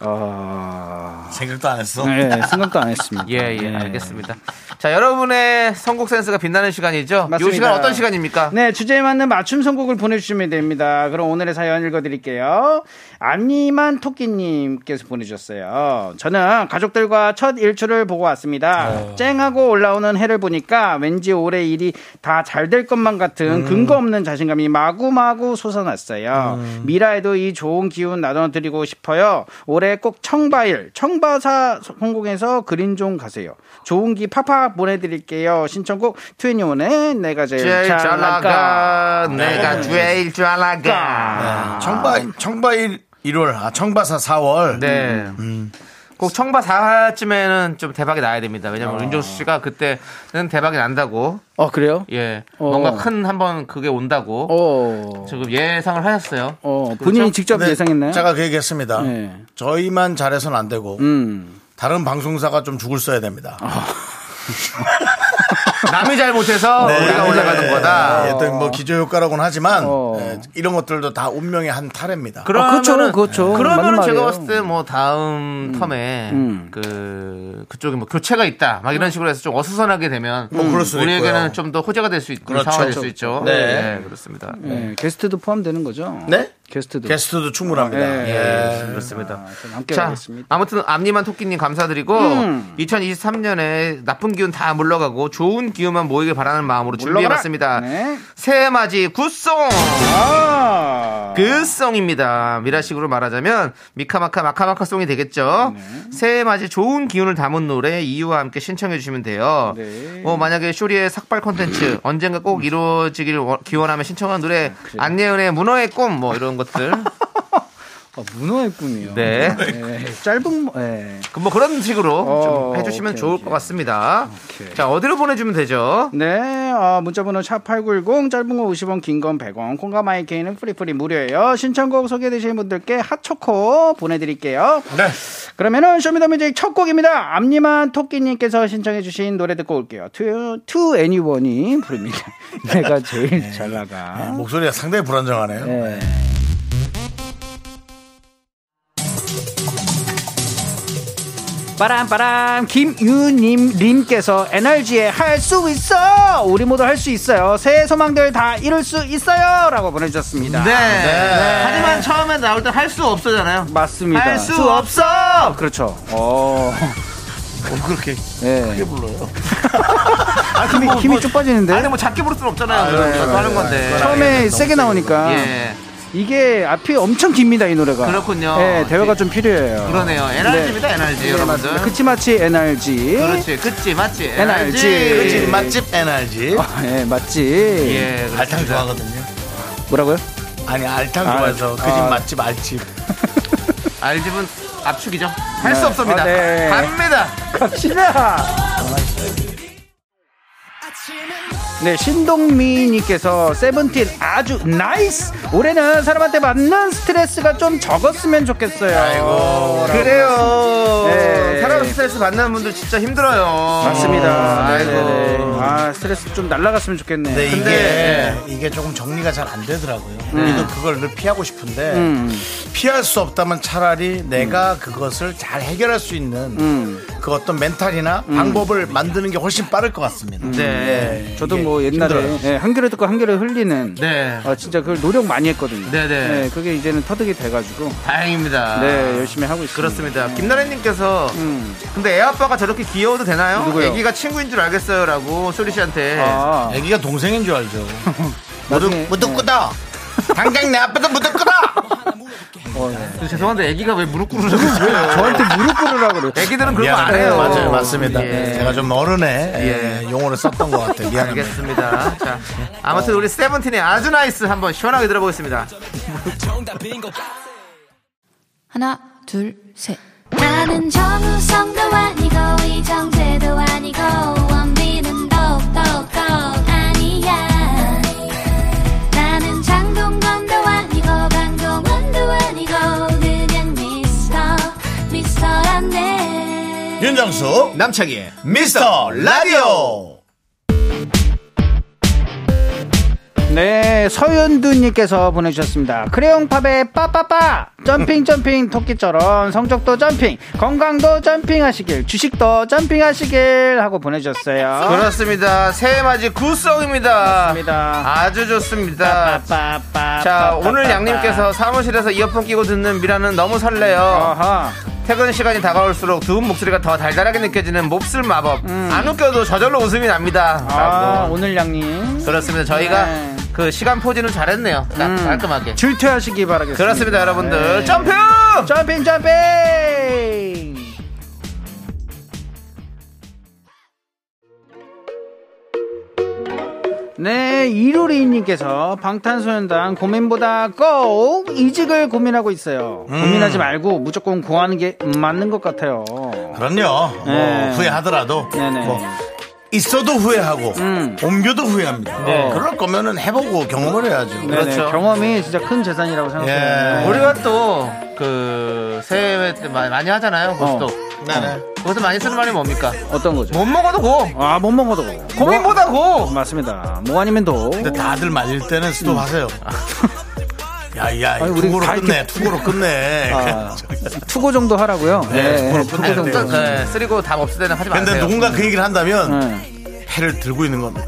F: 아,
A: 생각도 안 했어.
F: 네, 생각도 안 했습니다. 네.
B: 예, 예, 알겠습니다. 자, 여러분의 선곡 센스가 빛나는 시간이죠? 요
F: 맞습니다.
B: 시간 어떤 시간입니까?
F: 네, 주제에 맞는 맞춤 선곡을 보내주시면 됩니다. 그럼 오늘의 사연 읽어드릴게요. 안니만 토끼님께서 보내주셨어요. 저는 가족들과 첫 일출을 보고 왔습니다. 쨍하고 올라오는 해를 보니까 왠지 올해 일이 다 잘 될 것만 같은 근거 없는 자신감이 마구마구 솟아났어요. 미라에도 이 좋은 기운 나눠드리고 싶어요. 올해 꼭 청바일, 청바사 성공해서 그린존 가세요. 좋은 기 파파 보내드릴게요. 신청곡 21의 내가 제일 네.
B: 제일 잘 나가. 내가 제일 잘 나가.
A: 아. 청바 청바 1, 1월 아 청바사 4월.
B: 네.
F: 음.
B: 꼭 청바 4쯤에는 좀 대박이 나야 됩니다. 왜냐면 윤정수 씨가 그때는 대박이 난다고.
F: 어 그래요?
B: 예.
F: 어.
B: 뭔가 큰 한번 그게 온다고.
F: 어.
B: 지금 예상을 하셨어요. 그렇죠?
F: 어 본인이 직접
B: 네.
A: 근데
F: 예상했나요?
A: 제가 그 얘기했습니다.
F: 네.
A: 저희만 잘해서는 안 되고
F: 음.
A: 다른 방송사가 좀 죽을 써야 됩니다.
B: 남이 잘못해서
A: 네,
B: 우리가 올라가는 거다.
F: 아,
A: 예, 또뭐 기저효과라고는 하지만
F: 어.
A: 예, 이런 것들도 다 운명의 한 타례입니다.
B: 그러면은,
F: 그렇죠, 그렇죠.
B: 그러면은
F: 맞는
B: 제가
F: 말이에요.
B: 봤을 때 뭐 다음 텀에 그 그쪽에 뭐 교체가 있다 막 이런 식으로 해서 좀 어수선하게 되면
A: 음, 그럴 수도
B: 우리에게는
A: 있고요.
B: 좀 더 호재가 될 수 있고
A: 그렇죠.
B: 상황이 될 수 있죠.
A: 네.
B: 예, 그렇습니다.
F: 네, 게스트도 포함되는 거죠?
A: 네?
F: 게스트도.
A: 게스트도 충분합니다.
F: 예.
B: 예, 그렇습니다.
F: 좀 함께
B: 자,
F: 하겠습니다. 음.
B: 아무튼 앞니만 토끼님 감사드리고 2023년에 나쁜 기운 다 물러가고 좋은 기운만 모이길 바라는 마음으로 준비해봤습니다.
F: 네.
B: 새해 맞이 굿송!
F: 아.
B: 그 송입니다. 미라식으로 말하자면 미카마카 마카마카 송이 되겠죠.
F: 네.
B: 새해 맞이 좋은 기운을 담은 노래 이유와 함께 신청해 주시면 돼요.
F: 네.
B: 뭐 만약에 쇼리의 삭발 콘텐츠 언젠가 꼭 이루어지길 원- 기원하면 신청한 노래 안예은의 문어의 꿈 뭐 이런 것들.
F: 아, 문어의 꿈이요.
B: 네.
F: 예, 짧은, 뭐- 예.
B: 그뭐 그런 식으로
F: 어,
B: 좀 해주시면
F: 오케이,
B: 좋을
F: 오케이.
B: 것 같습니다.
F: 오케이.
B: 자 어디로 보내주면 되죠?
F: 네, 아, 문자번호 샵8910, 짧은 거 50원, 긴 건 100원, 콩과 마이케이는 프리프리 무료예요. 신청곡 소개되신 분들께 핫초코 보내드릴게요.
A: 네.
F: 그러면은 쇼미더뮤직 첫 곡입니다. 앞니만 토끼님께서 신청해주신 노래 듣고 올게요. To, to anyone이 부릅니다. 내가 제일 잘 나가.
A: 목소리가 상당히 불안정하네요.
F: 네. 빠람빠람 김유님 님께서 에너지에 할 수 있어 우리 모두 할 수 있어요 새해 소망들 다 이룰 수 있어요 라고 보내주셨습니다
B: 네.
F: 네.
B: 하지만 처음에 나올 때 할 수 없어잖아요.
F: 맞습니다
B: 할 수 없어.
F: 그렇죠 어
A: 그렇게
F: 네.
A: 불러요.
F: 아, 힘이, 힘이 쭉 빠지는데
B: 아니 뭐 아, 예, 작게 부를 수는 없잖아요. 그럼 저도 하는 건데.
F: 네. 처음에 세게 나오니까
B: 예.
F: 이게 앞이 엄청 깁니다 이 노래가
B: 그렇군요.
F: 네, 대화가 좀 필요해요
B: 그러네요. NRG입니다, NRG 여러분들. 그렇죠.
F: 그치 마치 NRG
B: 그렇지, 그치, 맞지.
F: NRG.
A: 그치,
B: NRG.
A: 맛집 NRG.
F: 네, 맞지
B: 예, 그렇습니다.
A: 알탕 좋아하거든요.
F: 뭐라고요?
A: 아니, 알탕
F: 아,
A: 좋아해서 그 집
F: 아.
A: 맛집 알집.
B: 알집은 압축이죠. 할 수
F: 네.
B: 없습니다.
F: 아, 네.
B: 갑니다.
F: 갑시다. 네, 신동민님께서 세븐틴 아주 나이스. 올해는 사람한테 맞는 스트레스가 좀 적었으면 좋겠어요. 아이고.
B: 그렇죠. 그래요.
F: 네.
B: 사람 스트레스 받는 분들 진짜 힘들어요.
F: 맞습니다.
B: 아이고.
F: 네네네. 아 스트레스 좀 날라갔으면 좋겠네.
A: 근데,
B: 근데-
A: 이게 이게 조금 정리가 잘 안 되더라고요. 우리도 그걸 늘 피하고 싶은데 피할 수 없다면 차라리 내가 그것을 잘 해결할 수 있는 그 어떤 멘탈이나 방법을 만드는 게 훨씬 빠를 것 같습니다.
B: 네.
A: 예,
F: 저도
A: 이게
F: 뭐 옛날에
A: 힘들어요.
F: 예, 한 귀로 듣고 한 귀로 흘리는.
B: 네.
F: 아 진짜 그걸 노력 많이 했거든요.
B: 네네.
F: 네, 그게 이제는 터득이 돼가지고
B: 다행입니다.
F: 네 열심히 하고 있습니다.
B: 그렇습니다. 김나래님께서
F: 음.
B: 근데 애 아빠가 저렇게 귀여워도 되나요?
F: 누구요?
B: 애기가 친구인 줄 알겠어요라고 쇼리 씨한테
F: 아,
A: 애기가 동생인 줄 알죠. 무릎
F: 나중에- 네.
A: 무릎 꿇어. 당장 내 앞에서 무릎 꿇어.
B: 죄송한데 애기가 왜 무릎 꿇으려고 그래요?
F: 저한테 무릎 꿇으라고 그래.
B: 애기들은 그런 거 안
A: 아, 미안해요.
B: 해요.
A: 맞아요, 맞습니다.
B: 예.
A: 제가 좀 어른의 예, 용어를 썼던 것 같아요. 미안합니다.
B: 알겠습니다. 자, 아무튼 우리 세븐틴의 아주 나이스 한번 시원하게 들어보겠습니다.
G: 하나, 둘, 셋.
D: 나는 정우성도 아니고 이정재도 아니고 원빈은 더욱더 아니야 나는 장동건도 아니고 방종원도 아니고 그냥 미스터 미스터란데
A: 윤정수
B: 남창희의
A: 미스터 라디오.
F: 네, 서윤두님께서 보내주셨습니다. 크레용팝의 빠빠빠! 점핑, 점핑, 토끼처럼 성적도 점핑, 건강도 점핑하시길, 주식도 점핑하시길 하고 보내주셨어요.
B: 그렇습니다. 새해 맞이 구성입니다.
F: 그렇습니다.
B: 아주 좋습니다.
F: 빠빠빠.
B: 자, 오늘 양님께서 사무실에서 이어폰 끼고 듣는 미라는 너무 설레요.
F: 어허.
B: 퇴근 시간이 다가올수록 두 분 목소리가 더 달달하게 느껴지는 몹쓸 마법. 안 웃겨도 저절로 웃음이 납니다.
F: 아,
B: 라고.
F: 오늘 양님.
B: 그렇습니다. 저희가
F: 네.
B: 그 시간 포진을 잘했네요. 딱 깔끔하게.
F: 질퇴하시기 바라겠습니다.
B: 그렇습니다, 여러분들.
F: 네.
B: 점프!
F: 점핑, 점핑! 네, 이루리님께서 방탄소년단 고민보다 꼭 이직을 고민하고 있어요. 고민하지 말고 무조건 구하는 게 맞는 것 같아요.
A: 그럼요. 뭐
F: 네.
A: 후회하더라도
F: 네네. 음.
A: 뭐 있어도 후회하고 옮겨도 후회합니다. 그럴 거면은 해보고 경험을 해야죠.
F: 네. 네네,
B: 그렇죠.
F: 경험이 진짜 큰 재산이라고 생각해요.
A: 예.
B: 우리가 또 그 새해 때 마- 많이
F: 어.
B: 하잖아요. 고스톱.
A: 네네.
B: 거기서 많이 쓰는 말이 뭡니까?
F: 어떤 거죠?
B: 못 먹어도 고.
F: 아, 못 먹어도.
B: 고민보다
F: 뭐,
B: 고.
F: 맞습니다. 뭐 아니면 도.
A: 근데 다들 말릴 때는 스톱하세요. 야, 야,
F: 음. 아니, 우리
A: 투고로
F: 다
A: 끝내, 투고로 끝내.
F: 아, 투고 정도 하라고요. 네,
A: 투고로
F: 투고
A: 끝내야
F: 정도.
A: 돼요.
B: 네, 쓰리고 답 없을 때는 하지 마세요.
A: 근데 누군가 그 얘기를 한다면
F: 네.
A: 해를 들고 있는 겁니다.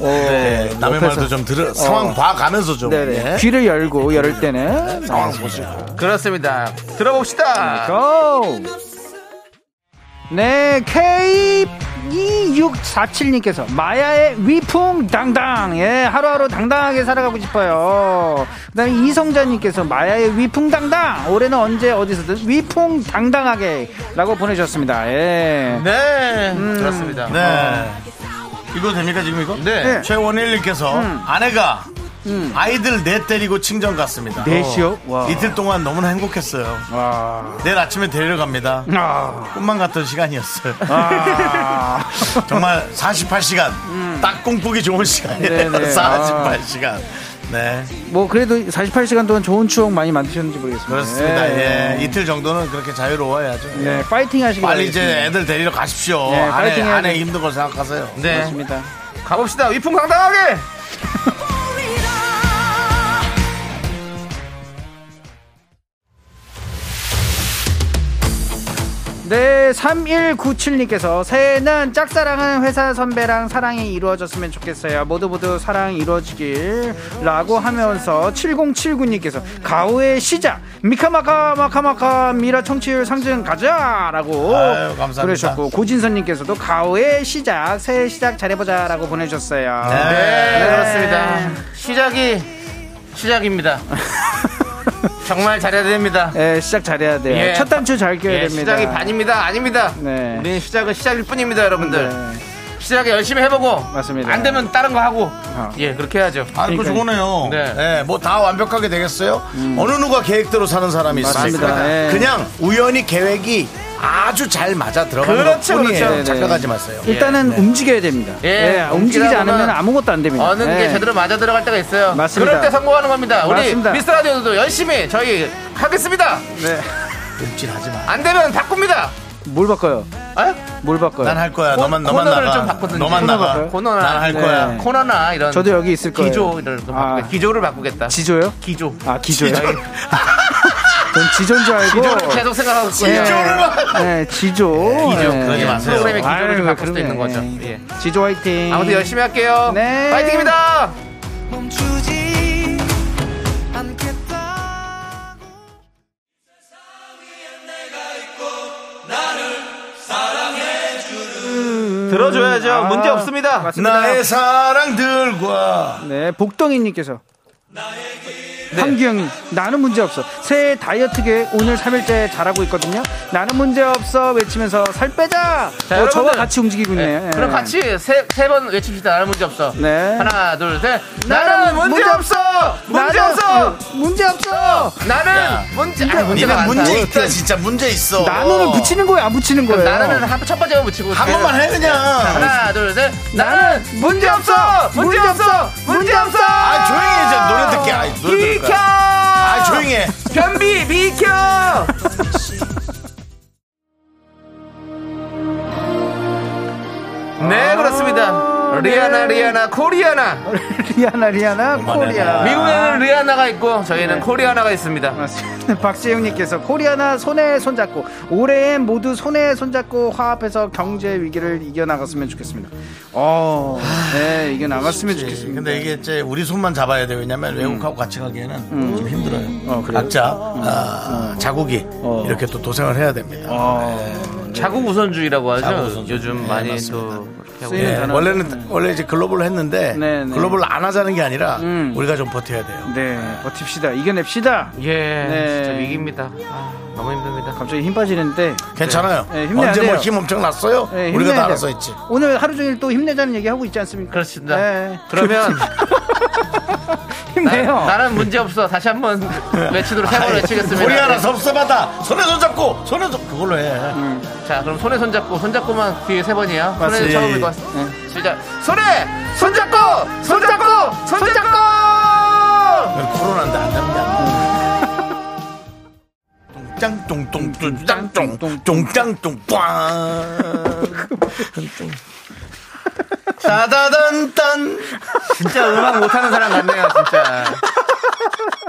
A: 네, 남의 말도 좀 들어 상황 봐가면서 좀
F: 네네.
A: 예.
F: 귀를 열고 열을 때는
A: 상황 보시고
B: 그렇습니다. 들어봅시다.
F: 그러니까? 고! 네, K2647님께서 마야의 위풍당당. 예, 하루하루 당당하게 살아가고 싶어요. 그 다음에 이성자님께서 마야의 위풍당당. 올해는 언제 어디서든 위풍당당하게 라고 보내주셨습니다. 예.
B: 네, 그렇습니다.
F: 어.
A: 네. 이거 됩니까 지금 이거?
B: 네.
A: 최원일님께서
F: 음.
A: 아내가 아이들 넷 데리고 친정 갔습니다. 어.
F: 넷이요? 와.
A: 이틀 동안 너무나 행복했어요. 내일 아침에 데리러 갑니다.
F: 아,
A: 꿈만 같던 시간이었어요. 정말 48시간 딱 꿈꾸기 좋은 시간이에요.
F: 음. 네네.
A: 48시간. 네
F: 뭐, 그래도 48시간 동안 좋은 추억 많이 만드셨는지 모르겠습니다.
A: 그렇습니다.
F: 예.
A: 예. 이틀 정도는 그렇게 자유로워야죠.
F: 네, 파이팅 하시길
A: 빨리 이제
F: 바라겠습니다.
A: 애들 데리러 가십시오.
F: 네,
A: 아내,
F: 파이팅 해야
A: 아내
F: 돼.
A: 힘든 걸 생각하세요.
B: 네,
F: 맞습니다.
B: 가봅시다. 위풍당당하게.
F: 네, 3197님께서 새해는 짝사랑은 회사 선배랑 사랑이 이루어졌으면 좋겠어요. 모두 모두 사랑이 이루어지길. 라고 하면서 7079님께서 가오의 시작! 미카마카, 마카마카, 미라 청취율 상승 가자! 라고
A: 아유, 감사합니다.
F: 보내주셨고, 고진선님께서도 가오의 시작, 새해 시작 잘해보자! 라고 보내주셨어요.
B: 네,
A: 네.
B: 그렇습니다. 시작이 시작입니다. 정말 잘해야 됩니다.
F: 네, 시작 잘해야 돼요.
B: 예.
F: 첫 단추 잘 껴야
B: 예,
F: 됩니다.
B: 시작이 반입니다. 아닙니다.
F: 네.
B: 우리는 시작은 시작일 뿐입니다, 여러분들.
F: 네.
B: 시작에 열심히 해보고
F: 맞습니다. 어.
B: 안 되면 다른 거 하고 예 그렇게 해야죠.
A: 아, 그거 좋으네요.
B: 네.
A: 뭐 다 완벽하게 되겠어요? 어느 누가 계획대로 사는 사람이 있습니까?
F: 맞습니다. 예.
A: 그냥 우연히 계획이 아주 잘 맞아 들어가는
B: 그렇죠,
A: 것뿐이에요.
B: 그렇죠. 네.
A: 착각하지 마세요.
F: 네, 일단은 움직여야 됩니다.
B: 예,
F: 예, 움직이지
B: 움직이다 보면
F: 않으면 아무것도 안 됩니다.
B: 어느
F: 예.
B: 게 제대로 맞아 들어갈 때가 있어요.
F: 맞습니다.
B: 그럴 때 성공하는 겁니다. 우리
F: 맞습니다.
B: 미스 라디오도 열심히 저희 하겠습니다.
F: 네.
A: 일진하지 마.
B: 안 되면 바꿉니다.
F: 뭘 바꿔요?
B: 아?
F: 뭘 바꿔요?
A: 난 할 거야. 너만 너만
B: 코너를
A: 나가.
B: 좀 바꾸든지.
A: 너만
F: 코너
A: 나가.
F: 바꿔요?
B: 코너나
A: 난 할
F: 네.
A: 거야.
B: 코너나 이런
F: 저도 여기 있을 거예요.
B: 기조 이런 거
F: 아.
B: 바꾸겠- 기조를 바꾸겠다.
F: 지조요?
B: 기조.
F: 아 기조요? 전 지조인 줄 알고. 예.
B: 기조를 계속 생각하고 있어요.
A: 기조를 막-
F: 네, 지조.
A: 기조,
F: 네.
A: 그러지 마세요.
B: 프로그램의 기조를 좀
F: 아유,
B: 바꿀 수도
F: 그러네.
B: 있는 거죠. 예.
F: 지조 화이팅.
B: 아무튼 열심히 할게요.
F: 네.
B: 파이팅입니다. 들어줘야죠. 문제 없습니다.
F: 맞습니다.
A: 나의 사랑들과
F: 네, 복덩이님께서.
B: 네.
F: 황규영님, 나는 문제 없어. 새해 다이어트 계획 오늘 3일째 잘하고 있거든요. 나는 문제 없어 외치면서 살 빼자.
B: 자,
F: 어, 저와
B: 여러분들.
F: 같이 움직이고 있네요. 예.
B: 그럼 같이 세 세 번 외칩시다. 나는 문제 없어.
F: 네.
B: 하나 둘 셋.
F: 나는
B: 나는 문제
F: 문제
B: 없어. 문제
F: 나는- 음.
B: 없어.
F: 문제 없어.
A: 야,
B: 나는 문제 아니, 문제가
A: 니네
B: 많다.
A: 문제 있다 진짜 문제 있어.
F: 나는 붙이는 거예요, 안 붙이는 거예요?
B: 나는 한- 첫 번째만 붙이고
A: 한 번만 해 그냥.
B: 하나 둘 셋. 나는 문제 없어. 문제 없어. 문제 없어.
A: 아 조용히 해 이제 노래 듣게. 아 노래 들을
B: 비켜.
A: 거야. 아 조용히 해.
B: 변비 비켜. 네 그렇습니다.
A: 네.
B: 리아나 리아나 코리아나
F: 리아나 리아나 코리아
B: 미국에는 리아나가 있고 저희는
A: 네.
B: 코리아나가 있습니다.
F: 맞습니다. 박재영님께서 코리아나 손에 손잡고 올해엔 모두 손에 손잡고 화합해서 경제 위기를 이겨나갔으면 좋겠습니다. 어,
B: 아,
F: 네 이겨나갔으면 좋겠습니다. 음.
A: 근데 이게 이제 우리 손만 잡아야 돼요. 왜냐면 외국하고 같이 가기에는 좀 힘들어요.
F: 어, 그래요?
A: 각자 아, 자국이 이렇게 또 도생을 해야
F: 어,
A: 됩니다.
B: 자국 우선주의라고 하죠.
A: 자국 우선주의.
B: 요즘
A: 네,
B: 많이
A: 맞습니다.
B: 또 이렇게 하고
F: 쓰이는
B: 있어요.
A: 예,
F: 저는-
A: 원래는 원래 이제 글로벌로 했는데
F: 네, 음. 네.
A: 글로벌로 안 하자는 게 아니라 우리가 좀 버텨야 돼요.
F: 네 버팁시다 이겨냅시다.
B: 예,
F: 네.
B: 진짜 위기입니다. 아, 너무 힘듭니다.
F: 갑자기 힘 빠지는데
A: 괜찮아요.
F: 네, 힘내야
A: 언제 뭐
F: 돼요.
A: 힘 엄청 났어요?
F: 네, 힘내야
A: 우리가 다
F: 돼요.
A: 알아서 했지.
F: 오늘 하루 종일 또 힘내자는 얘기 하고 있지 않습니까?
B: 그렇습니다.
F: 네.
B: 그러면
F: 힘내요.
B: 나는 문제 없어. 다시 한번 외치도록 세번 외치겠습니다. 네.
A: 우리하나 섭섭하다. 손에 손 잡고 손에 손 그걸로 해.
F: 음.
B: 자, 그럼 손에 손 잡고 손 잡고만 뒤에 세 번이에요. 손에
A: 맞지.
B: 처음 이거 시작. 손에 손 잡고 손 잡고 손 잡고.
A: 그건 코로나인데 안 잡냐. 똥짱똥똥 똥짱똥 똥짱똥 꽝. 따다단단.
B: 진짜 음악 못하는 사람 같네요, 진짜.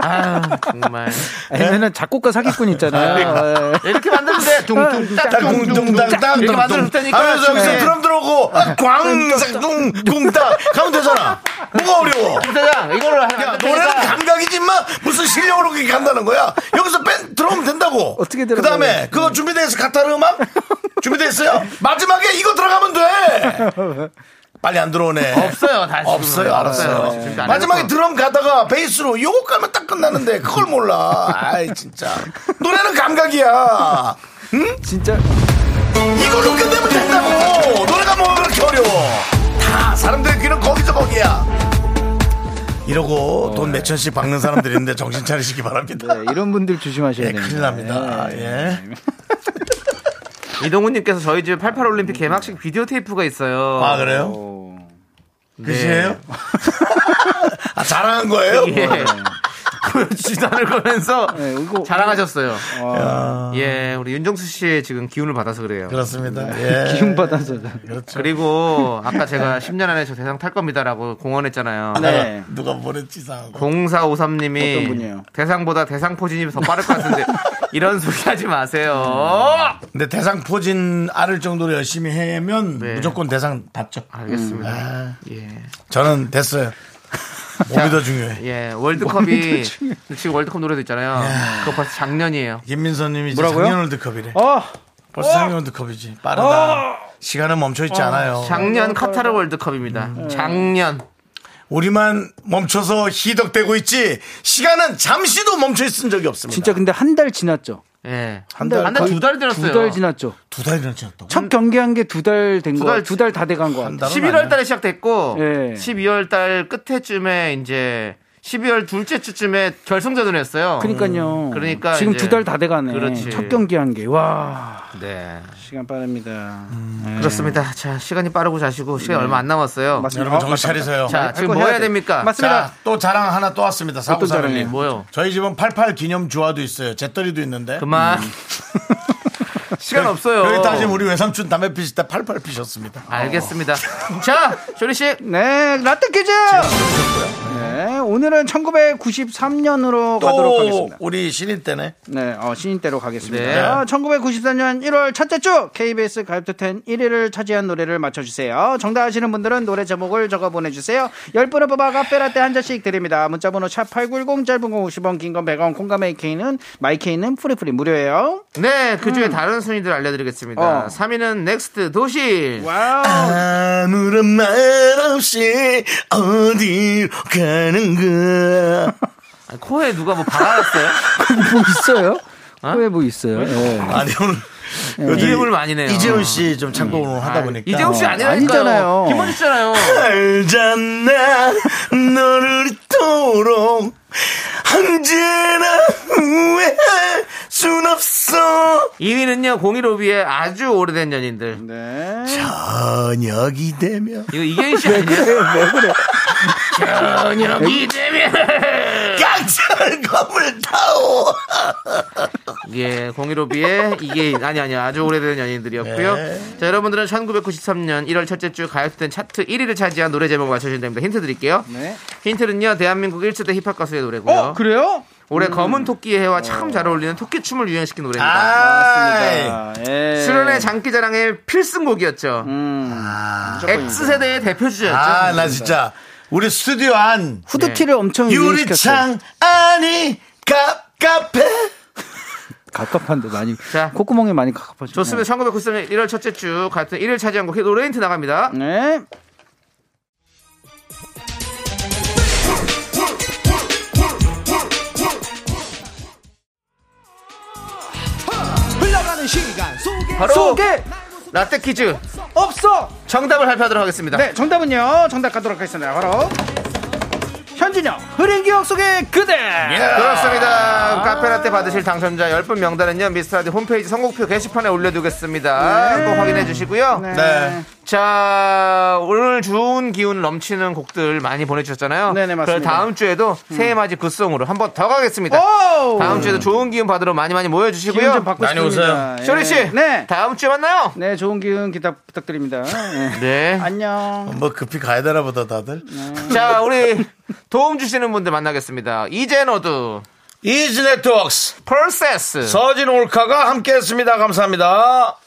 B: 아 정말
F: 아니면은 작곡가 사기꾼 있잖아요.
B: 이렇게 만드는데 둥둥딱둥둥딱
A: 둥둥땅땅
B: 이렇게 만들 테니까 네. 아,
A: 하면서 여기서 드럼 들어오고 꽝둥땅 가면 되잖아. 뭐가 어려워?
B: 사장 이걸로
A: 야
B: 하면
A: 노래는 감각이지 만 무슨 실력으로 그렇게 간다는 거야 여기서 뺀 들어오면 된다고
F: 어떻게
A: 그
F: 들어가요?
A: 다음에 그거 준비돼 있어 가타르 음악 준비돼 있어요 마지막에 이거 들어가면 돼 빨리 안 들어오네
B: 없어요 예. 다시
A: 없어요 알았어요
B: 준비 안
A: 마지막에
B: 해서.
A: 드럼 가다가 베이스로 요거 깔면 딱 끝나는데 그걸 몰라 아이 진짜 노래는 감각이야
F: 예, 진짜 네,
A: 이걸로 끝내면 된다고 노래가 뭐 그렇게 어려워 다 사람들의 귀는 거기서 거기야 이러고 돈 몇 천씩 박는 사람들이 있는데 정신 차리시기 바랍니다
F: 네, 이런 분들 조심하셔야
A: 예,
F: 됩니다.
A: 큰일 납니다 예.
B: 이동훈님께서 저희 집에 88 올림픽 개막식 비디오 테이프가 있어요.
A: 아 그래요? 그시에요 아 자랑한 거예요?
B: 예. 보여주지도 않을 거면서 아.
F: 네, 이거-
B: 자랑하셨어요. 예, 우리 윤정수 씨의 지금 기운을 받아서 그래요.
A: 아, 그렇습니다 예.
F: 네. 기운 받아서
A: 그렇죠
B: 네. 그리고 아까 제가 10년 안에 저 대상 탈 겁니다라고 공언했잖아요.
F: 네.
A: 누가 보냈지 이상하고
B: 0453님이
F: 어떤 분이에요?
B: 대상보다 대상 포진이 더 빠를 것 같은데 이런 소리 하지
F: 음.
B: 마세요.
A: 근데 대상 포진 않을 정도로 열심히 해면
B: 네.
A: 무조건 대상 받죠
F: 음. 아.
A: 아,
B: 알겠습니다. 예.
A: 저는 됐어요 몸이 더 중요해
B: 예, 월드컵이 지금 월드컵 노래도 있잖아요. 그거 벌써 작년이에요.
A: 김민서님이 이제
F: 뭐라고요?
A: 작년 월드컵이래
F: 어, 어.
A: 벌써 작년 월드컵이지 빠르다 시간은 멈춰 있지 않아요
B: 작년 카타르 월드컵입니다.
F: 음. 네.
B: 작년.
A: 우리만 멈춰서 희덕대고 있지 시간은 잠시도 멈춰 있은 적이 없습니다
F: 진짜 그- 근데 한 달 지났죠.
B: 예.
A: 한 달,
B: 한 달 두 달 들었어요.
F: 두 달 지났죠.
A: 두 달이나 지났다고
F: 첫 경기한 게 두 달 된
B: 두
F: 거,
B: 달-
F: 두 달 다 돼간 거.
A: 한
F: 같아요.
A: 달은
B: 11월 달에 시작됐고
F: 예.
B: 12월 달 끝에쯤에 이제 12월 둘째 주쯤에 결승전을 했어요.
F: 그러니까요.
B: 그러니까
F: 지금
B: 이제-
F: 두 달 다 돼가네.
B: 그렇지.
F: 첫 경기 한 게. 와
B: 네.
F: 시간 빠릅니다.
B: 음. 그렇습니다. 자, 시간이 빠르고 자시고 시간 이 얼마 안 남았어요.
A: 아니야. 여러분 정신 차리세요
B: 자, 지금 뭐
F: 해야
B: 해야
F: 돼.
B: 됩니까?
F: 맞습니다.
A: 자, 또 자랑 하나 또 왔습니다
B: 네,
A: 사고사님
B: 뭐요?
A: 저희 집은 88 기념 주화도 있어요 재떨이도 있는데
B: 그만. 시간 없어요.
A: 여기 따지면 우리 외삼촌 담배 피실 때 88 피셨습니다
F: 아,
B: 알겠습니다. 자, 조리 씨.
F: 네, 라떼 퀴즈! 네, 오늘은 1993년으로 가도록
A: 또
F: 하겠습니다.
A: 우리 신인 때네
F: 네, 어, 신인대로 가겠습니다.
B: 네.
F: 자, 1994년 1월 첫째 주 KBS 가입토텐 1위를 차지한 노래를 맞춰주세요. 정답 아시는 분들은 노래 제목을 적어 보내주세요. 10분을 뽑아 카페라떼 한 잔씩 드립니다. 문자번호 샵8910 짧은 공 50원 긴 건 100원 콩과 마이케이는 마이케이는 프리프리 무료예요.
B: 네, 그 중에 다른 순위들 알려드리겠습니다.
F: 어.
B: 3위는 넥스트 도시.
F: 와우!
A: 아무런 말 없이 어디로 가는 거야
B: 아니, 코에 누가 뭐 박아놨어요?
F: 뭐 있어요? 왜뭐 있어요? 예.
A: 아니 오늘 요즘
B: 이름을 많이 내요.
A: 네. 이재훈 씨 좀 참고 오늘 하다 보니까 어.
B: 이재용 씨 아니라니까요.
F: 아니잖아요.
B: 김원희 씨잖아요.
A: 알잖아 너를 잊도록 언제나 후회할 순 없어
B: 2위는요, 015B의 아주 오래된 연인들.
A: 저녁이 되면
B: 이거 이경희 씨 아니에요? 저녁이 되면.
A: 깡차를 검을 타오
B: 예, 015B의 이게, 아니, 아니, 아주 오래된 연인들이었고요.
A: 네.
B: 자, 여러분들은 1993년 1월 첫째 주 가요톱텐 차트 1위를 차지한 노래 제목을 맞춰주시면 됩니다. 힌트 드릴게요.
F: 네.
B: 힌트는요, 대한민국 1세대 힙합 가수의 노래고요.
F: 어, 그래요?
B: 올해 검은 토끼의 해와 참 잘 어울리는 토끼춤을 유행시킨 노래입니다.
A: 아
F: 예.
B: 수련의 장기자랑의 필승곡이었죠. 아, X세대의 대표주자였죠.
A: 아, 나 진짜 우리 스튜디오 안
F: 후드티를 엄청
B: 음,
F: 유행시켰어요.
A: 유리창 아니 깝깝해
F: 갑갑한데 많이
B: 자.
F: 콧구멍이 많이 갑갑하죠.
B: 좋습니다. 1993년 1월 첫째 주 같은 1일 차지한 곡 노래 힌트 나갑니다.
F: 네.
B: 바로
E: 속에
B: 라떼 퀴즈
E: 없어.
B: 정답을 발표하도록 하겠습니다.
E: 네, 정답은요. 정답 가도록 하겠습니다. 바로 현진영 흐린 기억 속의 그대.
B: 예. 그렇습니다. 카페라떼 받으실 당첨자 10분 명단은요. 미스터라디 홈페이지 선곡표 게시판에
E: 네.
B: 올려두겠습니다. 꼭 확인해 주시고요.
A: 네.
B: 자, 오늘 좋은 기운 넘치는 곡들 많이 보내주셨잖아요.
E: 네네, 맞습니다.
B: 그래서 다음 주에도 새해 맞이 굿송으로 한 번 더 가겠습니다.
E: 오!
B: 다음 주에도 좋은 기운 받으러 많이 많이 모여주시고요.
E: 기운 좀 받고
A: 많이
E: 싶습니다. 예.
B: 쇼리 씨,
E: 네.
B: 다음 주에 만나요.
E: 네, 좋은 기운 기다 부탁드립니다. 예.
B: 네.
E: 안녕.
A: 뭐 급히 가야 되나 보다 다들.
B: 자, 우리 도움 주시는 분들 만나겠습니다. 이젠어두,
A: 이즈 네트웍스
B: 프로세스,
A: 서진 올카가 함께했습니다. 감사합니다.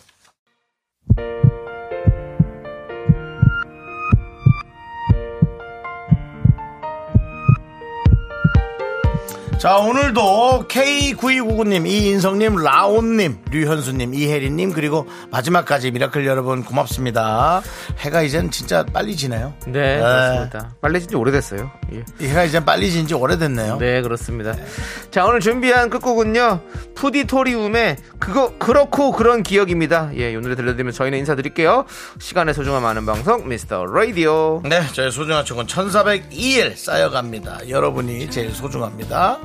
A: 자 오늘도 K9299님, 이인성님, 라온님, 류현수님, 이혜린님 그리고 마지막까지 미라클 여러분 고맙습니다. 해가 이젠 진짜 빨리 지네요.
B: 네,
A: 네.
B: 그렇습니다. 빨래진 지 오래됐어요. 예.
A: 이 해가 이젠 빨리 진지 오래됐네요.
B: 네, 그렇습니다. 자, 오늘 준비한 끝곡은요. 푸디토리움의 그거 그렇고 그런 기억입니다. 예, 이 노래 들려드리면 저희는 인사드릴게요. 시간의 소중함 아는 방송 미스터 라디오.
A: 네, 저의 소중한 추억은 1402일 쌓여갑니다. 여러분이 제일 소중합니다.